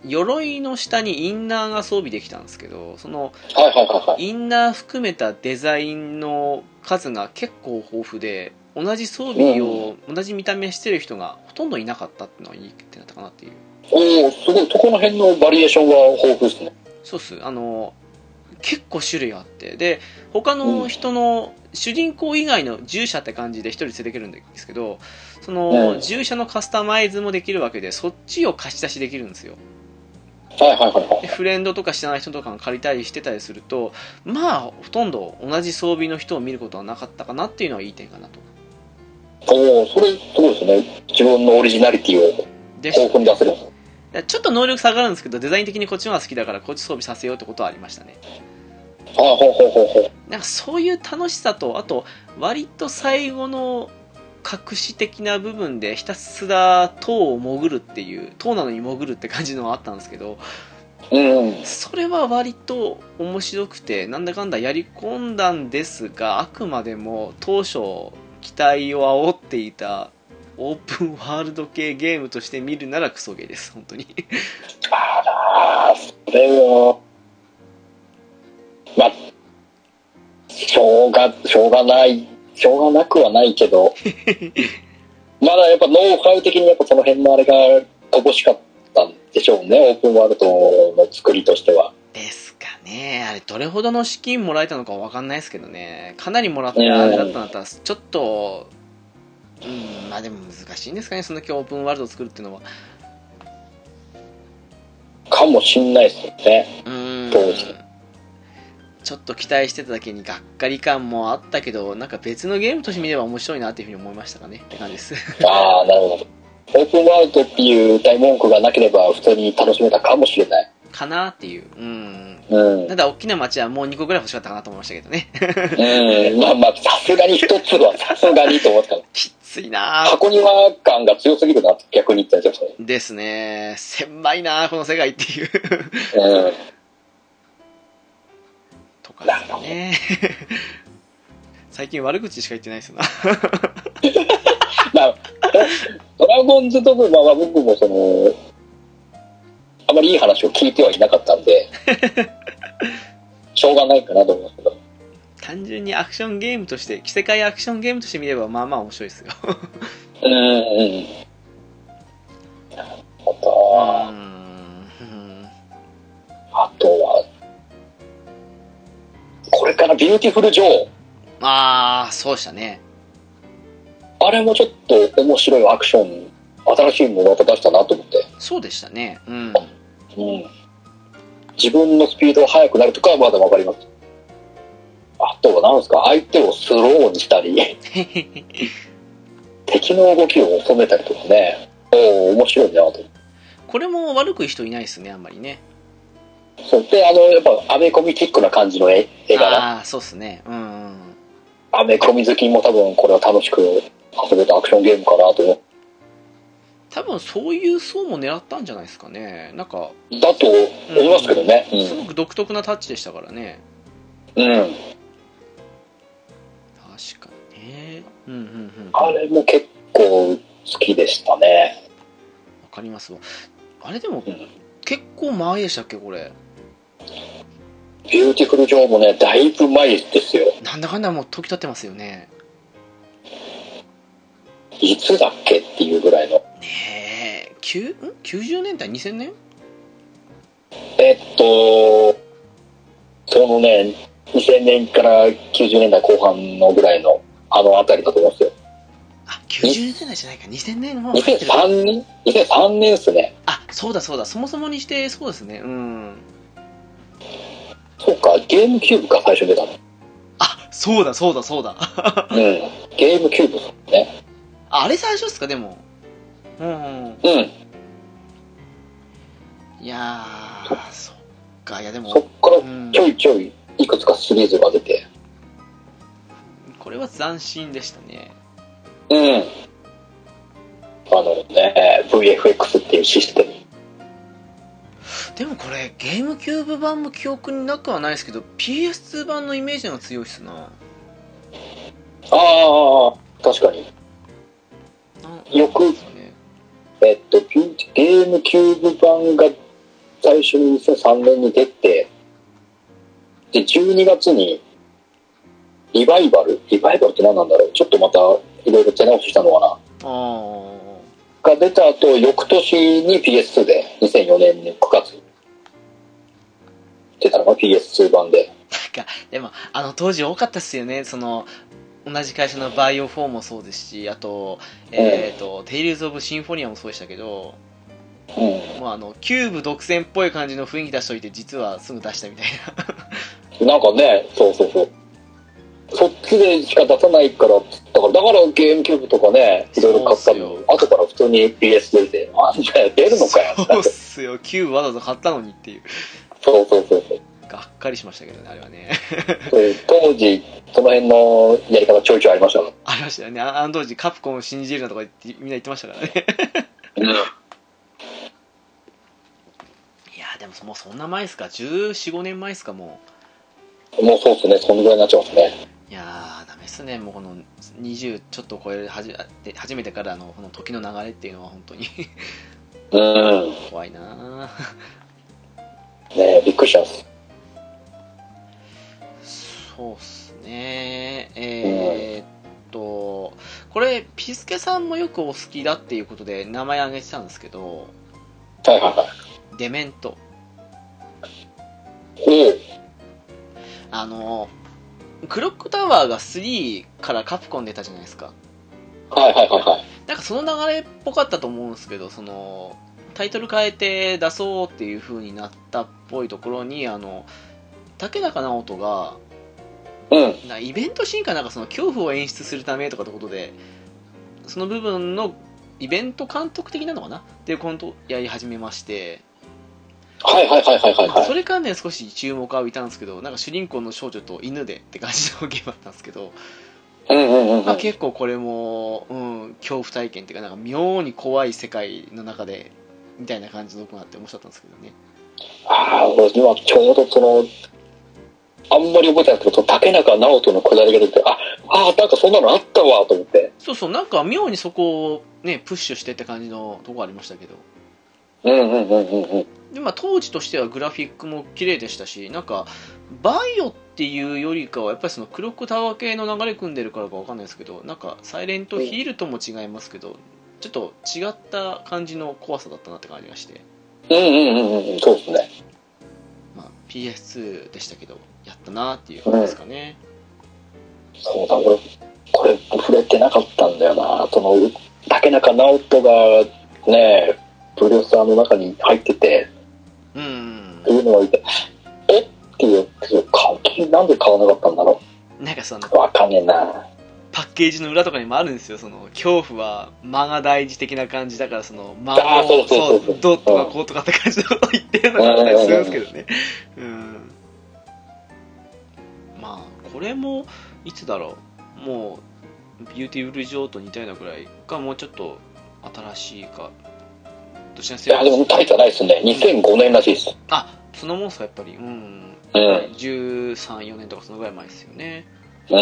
Speaker 1: ー鎧の下にインナーが装備できたんですけどその
Speaker 2: はいはいはいはい
Speaker 1: インナー含めたデザインの数が結構豊富で同じ装備を同じ見た目してる人がほとんどいなかったっていうのはいいってなったかなっていう
Speaker 2: おおすごいそこの辺のバリエーションが豊富ですね
Speaker 1: そうっすあの結構種類あってで他の人の主人公以外の従者って感じで一人連れてくるんですけどその
Speaker 2: うん
Speaker 1: 従者のカスタマイズもできるわけでそっちを貸し出しできるんですよ
Speaker 2: はいはいはいは
Speaker 1: で
Speaker 2: い
Speaker 1: フレンドとか知らない人とかが借りたりしてたりするとまあほとんど同じ装備の人を見ることはなかったかなっていうのはいい点かなと
Speaker 2: おおそれすごいですね自分のオリジナリティを
Speaker 1: で
Speaker 2: 豊富に出せるんです
Speaker 1: でちょっと能力下がるんですけどデザイン的にこっちの方が好きだからこっち装備させようってことはありましたね
Speaker 2: ああほうほうほうほう
Speaker 1: なんかそういう楽しさとあと割と最後の隠し的な部分でひたすら塔を潜るっていう塔なのに潜るって感じのがあったんですけど
Speaker 2: うん。
Speaker 1: それは割と面白くてなんだかんだやり込んだんですがあくまでも当初期待を煽っていたオープンワールド系ゲームとして見るならクソゲーです本当に
Speaker 2: あらー、それは、まあ、しょうが、しょうがない、しょうがなくはないけど、まだやっぱノウハウ的にやっぱその辺のあれが乏しかったんでしょうね、オープンワールドの作りとしては。
Speaker 1: ですかねあれどれほどの資金もらえたのかわかんないですけどねかなりもらってあれだったんだったらちょっとうんまあでも難しいんですかねその今日オープンワールドを作るっていうのは
Speaker 2: かもしんないですよね。
Speaker 1: うーん
Speaker 2: そうです
Speaker 1: ちょっと期待してただけにがっかり感もあったけどなんか別のゲームとして見れば面白いなっていうふうに思いましたかねって感じです
Speaker 2: ああ、なるほど。オープンワールドっていう大文句がなければ普通に楽しめたかもしれない。
Speaker 1: かなっていううん
Speaker 2: うん
Speaker 1: た。だ大きな街はもう2個ぐらい欲しかったかなと思いましたけどね
Speaker 2: うん。まあまあ、さすがに一つはさすがにと思ってた。
Speaker 1: きついなぁ
Speaker 2: 箱庭感が強すぎるな、逆に言ったんですよ、
Speaker 1: ですね狭いなぁこの世界っていう
Speaker 2: それうん。
Speaker 1: とかですかね 最近悪口しか言ってないですよな
Speaker 2: まあ、ドラゴンズドブ、まあまあ僕もその、あまりいい話を聞いてはいなかったんで、しょうがないかなと思いますけど。
Speaker 1: 単純にアクションゲームとして着せ替えアクションゲームとして見ればまあまあ面白いですよ
Speaker 2: うんうん。あと
Speaker 1: うー
Speaker 2: は、
Speaker 1: んうん
Speaker 2: あとは、これからビューティフル・ジョー。
Speaker 1: ああそうでしたね
Speaker 2: あれもちょっと面白いアクション、新しいものを出したなと思って。
Speaker 1: そうでしたねうん
Speaker 2: うん、自分のスピードが速くなるとかはまだわかります。あとは何ですか、相手をスローにし たり、敵の動きを収めたりとかね、おお、面白いなと。
Speaker 1: これも悪く人いないですねあんまりね
Speaker 2: そうで、あの、やっぱ、アメコミチックな感じの絵絵柄、
Speaker 1: ああーそうっすねうんうん
Speaker 2: アメコミ好きも多分これは楽しく遊べたアクションゲームかなと思う。
Speaker 1: 多分そういう層も狙ったんじゃないですかねなんか
Speaker 2: だと思いますけどね。
Speaker 1: すごく独特なタッチでしたからね
Speaker 2: うん。うん。
Speaker 1: 確かにねうんうんうん
Speaker 2: あ
Speaker 1: わ
Speaker 2: れも結構好きでしたね。
Speaker 1: かりますわあれでも
Speaker 2: うん
Speaker 1: 結構前でしたっけこれ
Speaker 2: ビューティフル・ジョーもね、だいぶ前ですよ。
Speaker 1: なんだかんだもう時経ってますよね
Speaker 2: いつだっけっていうぐらいの。
Speaker 1: ねえ9ん90年代2000年
Speaker 2: えっと、そのね、2000年から90年代後半のぐらいの、あのあたりだと思いますよ。
Speaker 1: あ90年代じゃないか2000年の方が入ってる
Speaker 2: 2003年 ?2003 年っすね。
Speaker 1: あそうだそうだそもそもにしてそうですねうん
Speaker 2: そうか、ゲームキューブが最初出たの。
Speaker 1: あそうだそうだそうだ
Speaker 2: うん。ゲームキューブっすね。
Speaker 1: ああれ最初っすかでもうん、うん、
Speaker 2: うん。
Speaker 1: いやーそっかいやで
Speaker 2: そっ
Speaker 1: も、
Speaker 2: から
Speaker 1: うん
Speaker 2: ち、ょいちょい、いくつかシリーズが出て。
Speaker 1: これは斬新でしたね
Speaker 2: うん。あのね、VFX っていうシステム。
Speaker 1: でもこれゲームキューブ版も記憶になくはないですけど PS2 版のイメージの方が強いっすな
Speaker 2: ああ、確かに。
Speaker 1: な
Speaker 2: よく
Speaker 1: なんですかね
Speaker 2: えっと、ピンゲームキューブ版が最初に2003年に出て、で、12月に、リバイバルリバイバルって何なんだろうちょっとまた、いろいろ手直ししたのか
Speaker 1: あー
Speaker 2: なが出た後、翌年に PS2 で、2004年の9月。出たのが PS2 版で。
Speaker 1: なんかでもあの当時多かったっすよねその同じ会社のバイオ4もそうですしあとえっ、と「テイルズ・オブ・シンフォニア」もそうでしたけど
Speaker 2: う。
Speaker 1: もうあのキューブ独占っぽい感じの雰囲気出しといて実はすぐ出したみたいなん
Speaker 2: なんかね、そうそうそう。そっちでしか出さないから、だから、だからゲームキューブとかね、いろいろ買ったの
Speaker 1: そうっす
Speaker 2: に、後から普通に PS 出て、あんた出るのかよ。
Speaker 1: そうっすよキューブわざわざ買ったのにっていう
Speaker 2: そうそうそうそう。
Speaker 1: がっかりしましたけどねあれはね
Speaker 2: そう当時、その辺のやり方ちょいちょいありましたもん。
Speaker 1: ありましたよねああの当時カプコンを信じるなとか言ってみんな言ってましたからねいやーでももうそんな前ですか1415年前ですかも
Speaker 2: もうそうですね、そのぐらいになっちゃいますね。
Speaker 1: ういやーダメですねもうこの20ちょっと超えるはじで初めてからのこの時の流れっていうのは本当に
Speaker 2: うん。
Speaker 1: 怖いなー
Speaker 2: ねびっくりしたんです。
Speaker 1: そうっすねえー、っとこれピスケさんもよくお好きだっていうことで名前挙げてたんですけど
Speaker 2: はいはいはい。
Speaker 1: デメント
Speaker 2: おう
Speaker 1: あのクロックタワーが3からカプコン出たじゃないですか
Speaker 2: はいはいはいはい。
Speaker 1: なんかその流れっぽかったと思うんですけどそのタイトル変えて出そうっていう風になったっぽいところにあの竹中直人が
Speaker 2: うん。
Speaker 1: なイベントシーンかなんかその恐怖を演出するためとかってことでその部分のイベント監督的なのかなっていうコントをやり始めまして、
Speaker 2: はいはいはいはいはい
Speaker 1: なんか
Speaker 2: は
Speaker 1: それからね少し注目を浴びたんですけどなんか主人公の少女と犬でって感じのゲームだったんですけど、
Speaker 2: い。うんうんうんうん。
Speaker 1: まあ、結構これも、うん、恐怖体験っていうかなんか妙に怖い世界の中でみたいな感じのとこがあって面白かったんですけどね
Speaker 2: ああ、俺今ちょうどその、あんまり覚えてないですけど、その竹中直人のくだりが出て、あ、あーなんかそんなのあったわ、と思って。
Speaker 1: そうそうなんか妙にそこをねプッシュしてって感じのとこありましたけど
Speaker 2: うんうんうんうんうん。
Speaker 1: でまあ、当時としてはグラフィックも綺麗でしたしなんかバイオっていうよりかはやっぱりそのクロックタワー系の流れ組んでるからかわかんないですけどなんかサイレントヒールとも違いますけどちょっと違った感じの怖さだったなって感じがして、
Speaker 2: うんうんうんうん、そうですね。
Speaker 1: まあ、PS2 でしたけどやったなっていう感じですかね、
Speaker 2: そうだ、俺、これ触れてなかったんだよな。その、竹中直人がね、プロデューサーの中に入ってて、
Speaker 1: うんうん
Speaker 2: というのを見て、えっていう、買う気なんで買わなかったんだろ
Speaker 1: なんかその
Speaker 2: う。わかんねえな。
Speaker 1: パッケージの裏とかにもあるんですよその恐怖は間が大事的な感じだからその間
Speaker 2: あーそうそうそうそう
Speaker 1: ドットがこうとかって感じのこと言ってるのがあったりするんですけどねうんまあこれもいつだろうもうビューティフルジョーと似たようなぐらいかもうちょっと新しいかどっちに
Speaker 2: い
Speaker 1: せよ
Speaker 2: や、でも大差ないですね。2005年らしいです。
Speaker 1: あそのもんっすかやっぱりうん
Speaker 2: うん。
Speaker 1: 134年とかそのぐらい前ですよね
Speaker 2: うん。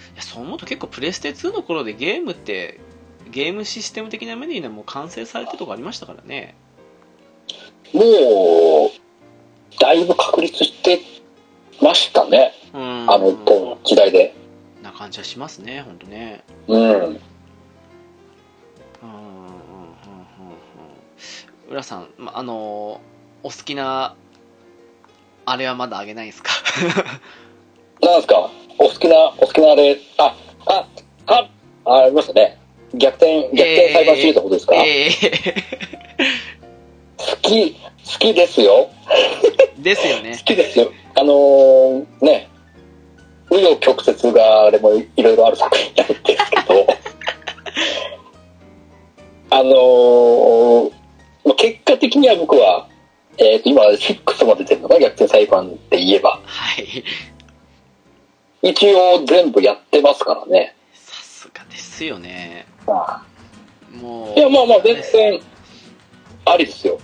Speaker 1: いやそう思うと結構プレステ2の頃でゲームってゲームシステム的な目で言うのはもう完成されてるとこありましたからね
Speaker 2: もう、だいぶ確立してましたね。
Speaker 1: うん
Speaker 2: あの、当時代で。
Speaker 1: な感じはしますね本当ね
Speaker 2: うん。
Speaker 1: うんうんうんうんうん浦さん、ま、あのお好きなあれはまだあげないですか
Speaker 2: なんですかお好きな、お好きなあれ、あ、あ、あ、あありましたね。逆転、逆転裁判シリーズのことですか、
Speaker 1: ええ
Speaker 2: 好き、好きですよ。
Speaker 1: ですよ
Speaker 2: 好
Speaker 1: ね
Speaker 2: きですよ。あのー、ね、紆余曲折があれもいろいろある作品なんですけ ど、あのーまあ結果的には僕は、えっ、と、今、6まで出てるのが逆転裁判って言えば、
Speaker 1: はい
Speaker 2: 一応全部やってますからね。
Speaker 1: さすがですよね
Speaker 2: ま
Speaker 1: も
Speaker 2: あ
Speaker 1: う
Speaker 2: いや、まあまあ、全然、ありですよ。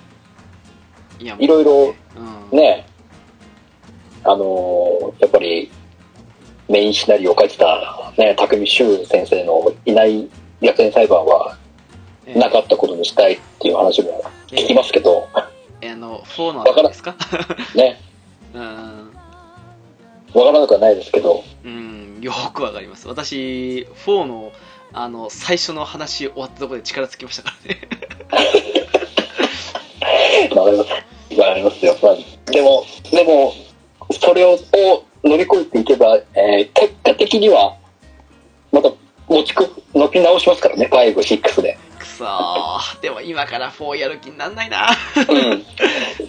Speaker 1: いやもう
Speaker 2: いろいろ、
Speaker 1: うん
Speaker 2: ね、あのーやっぱりメインシナリオを書いてた、ね、匠修先生のいない逆転裁判は
Speaker 1: ええ
Speaker 2: なかったことにしたいっていう話も聞きますけど、
Speaker 1: えあの4のあれですか
Speaker 2: ね、
Speaker 1: うん
Speaker 2: わからなくはないですけど、
Speaker 1: うん、よくわかります。私、4の、あの、最初の話終わったところで力つきましたからね。
Speaker 2: わかりますわかりますよ。まあ、でも、でも、それをを乗り越えていけば、えー結果的には、また持ちく、乗り直しますからね、5、6で。
Speaker 1: くそー。でも今から4やる気になんないな。
Speaker 2: うん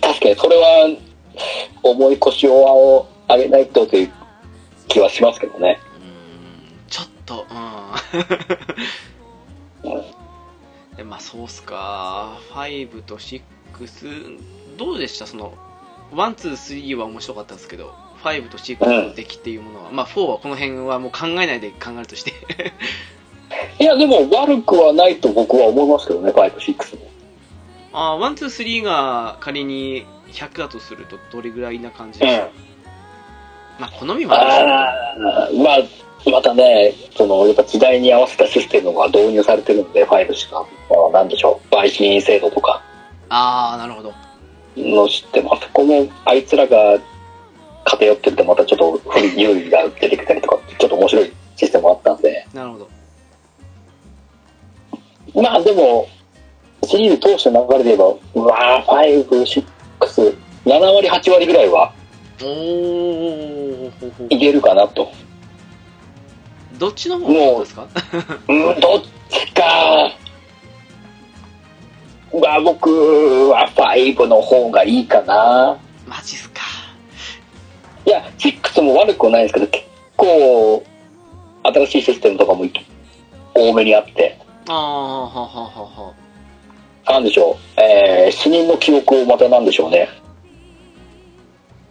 Speaker 2: 確かにそれは重い腰を上げないとという気はしますけどね
Speaker 1: うん、ちょっと、うん。でまあ、そうっすか。5と6、どうでしたその、ワン、ツー、スリーは面白かったんですけど、ファイブとシックスの出来っていうものは、まあ、フォーはこの辺はもう考えないで考えるとして、
Speaker 2: いや、でも悪くはないと僕は思いますけどね、5、6も。
Speaker 1: ああ、ワン、ツー、スリーが仮に100だとすると、どれぐらいな感じ
Speaker 2: う
Speaker 1: ですか、
Speaker 2: ん。
Speaker 1: まあ、好みはあ
Speaker 2: ああ、まあ、またね、その、やっぱ時代に合わせたシステムが導入されてるんで、5しか、まあ、なんでしょう、陪審員制度とか
Speaker 1: あー、なるほど。
Speaker 2: のシステム、あそこも、あいつらが偏ってるとまたちょっと不利、優位が出てきたりとか、ちょっと面白いシステムあったんで、
Speaker 1: なるほど。
Speaker 2: まあでも、シリーズ通しての流れで言えば、うわー、5、6、7割、8割ぐらいは
Speaker 1: おー、ほほ
Speaker 2: いけるかなと。
Speaker 1: どっちの方が良かったですか
Speaker 2: うん、どっちか。は僕は5の方がいいかな。
Speaker 1: マジっすか。
Speaker 2: いや、6も悪くはないですけど、結構、新しいシステムとかも多めにあって、
Speaker 1: あー、はははは。
Speaker 2: なんでしょう、えー、死人の記憶をまたなんでしょうね。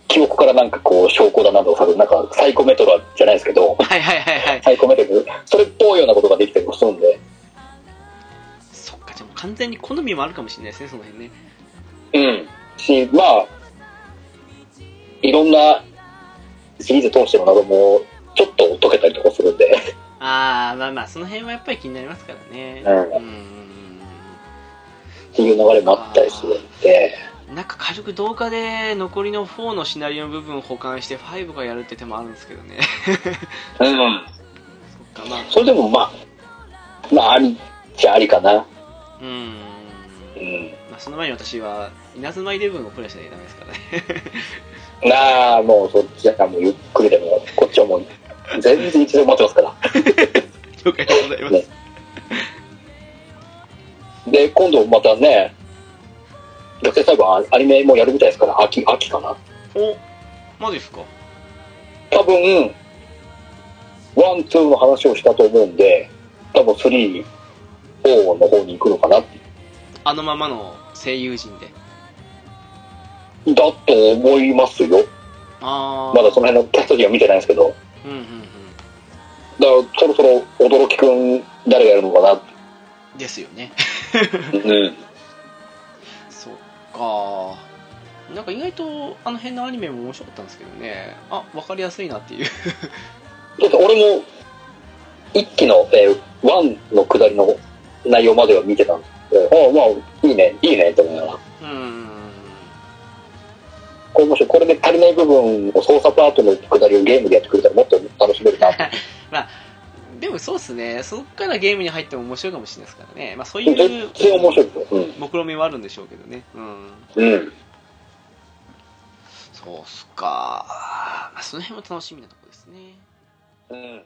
Speaker 2: 記憶からなんかこう、証拠だなんとかされる、なんかサイコメトラじゃないですけど、
Speaker 1: はいはいはいはい。
Speaker 2: サイコメトラ、それっぽいようなことができたりもするんで、
Speaker 1: そっか、じゃあもう完全に好みもあるかもしれないですね、その辺ね。
Speaker 2: うん。し、まあ、いろんなシリーズ通しての謎も、ちょっと解けたりとかするんで。
Speaker 1: あー、まあまあ、その辺はやっぱり気になりますからね。
Speaker 2: う
Speaker 1: う
Speaker 2: っていう流れもあったりするんで。
Speaker 1: ん。なんか軽く動画で残りの4のシナリオの部分を保管して5がやるって手もあるんですけどね。
Speaker 2: うん。
Speaker 1: そっか、ま
Speaker 2: それでもまあ、まあ、ありっちゃありかな。
Speaker 1: あ、うん。
Speaker 2: うん。
Speaker 1: まあ、その前に私は、稲妻イレブンをプレイしないとダメですからね。
Speaker 2: なあ、もうそっちはもうゆっくりでも、こっちはもう、全然一度待ってますから。
Speaker 1: 了解でございます。
Speaker 2: で、今度またね、学生裁判アニメもやるみたいですから、秋、秋かな。
Speaker 1: おマジっすか
Speaker 2: 多分、ワン、ツーの話をしたと思うんで、多分スリー、フォーの方に行くのかなって
Speaker 1: あのままの声優陣で。
Speaker 2: だと思いますよ。
Speaker 1: あー。
Speaker 2: まだその辺のキャスト陣は見てないんですけど。
Speaker 1: うんうんうん。
Speaker 2: だからそろそろ驚きくん誰がやるのかなって。
Speaker 1: ですよね。
Speaker 2: うん。
Speaker 1: そっかなんか意外とあの辺のアニメも面白かったんですけどねあわかりやすいなっていう
Speaker 2: そうです俺も、一期の、えーワンの下りの内容までは見てたんですけど、ああ、まあ、いいね、いいね、と思いながら。
Speaker 1: うーん
Speaker 2: これもしこれで足りない部分を操作パートの下りをゲームでやってくれたらもっと楽しめるなって。
Speaker 1: でもそうっすねそっからゲームに入っても面白いかもしれないですからねまあそうい
Speaker 2: 全
Speaker 1: う
Speaker 2: 然面白いですよ。うん。
Speaker 1: 目論見はあるんでしょうけどねうん
Speaker 2: うん。
Speaker 1: そうっすかまあその辺も楽しみなとこですね
Speaker 2: うん。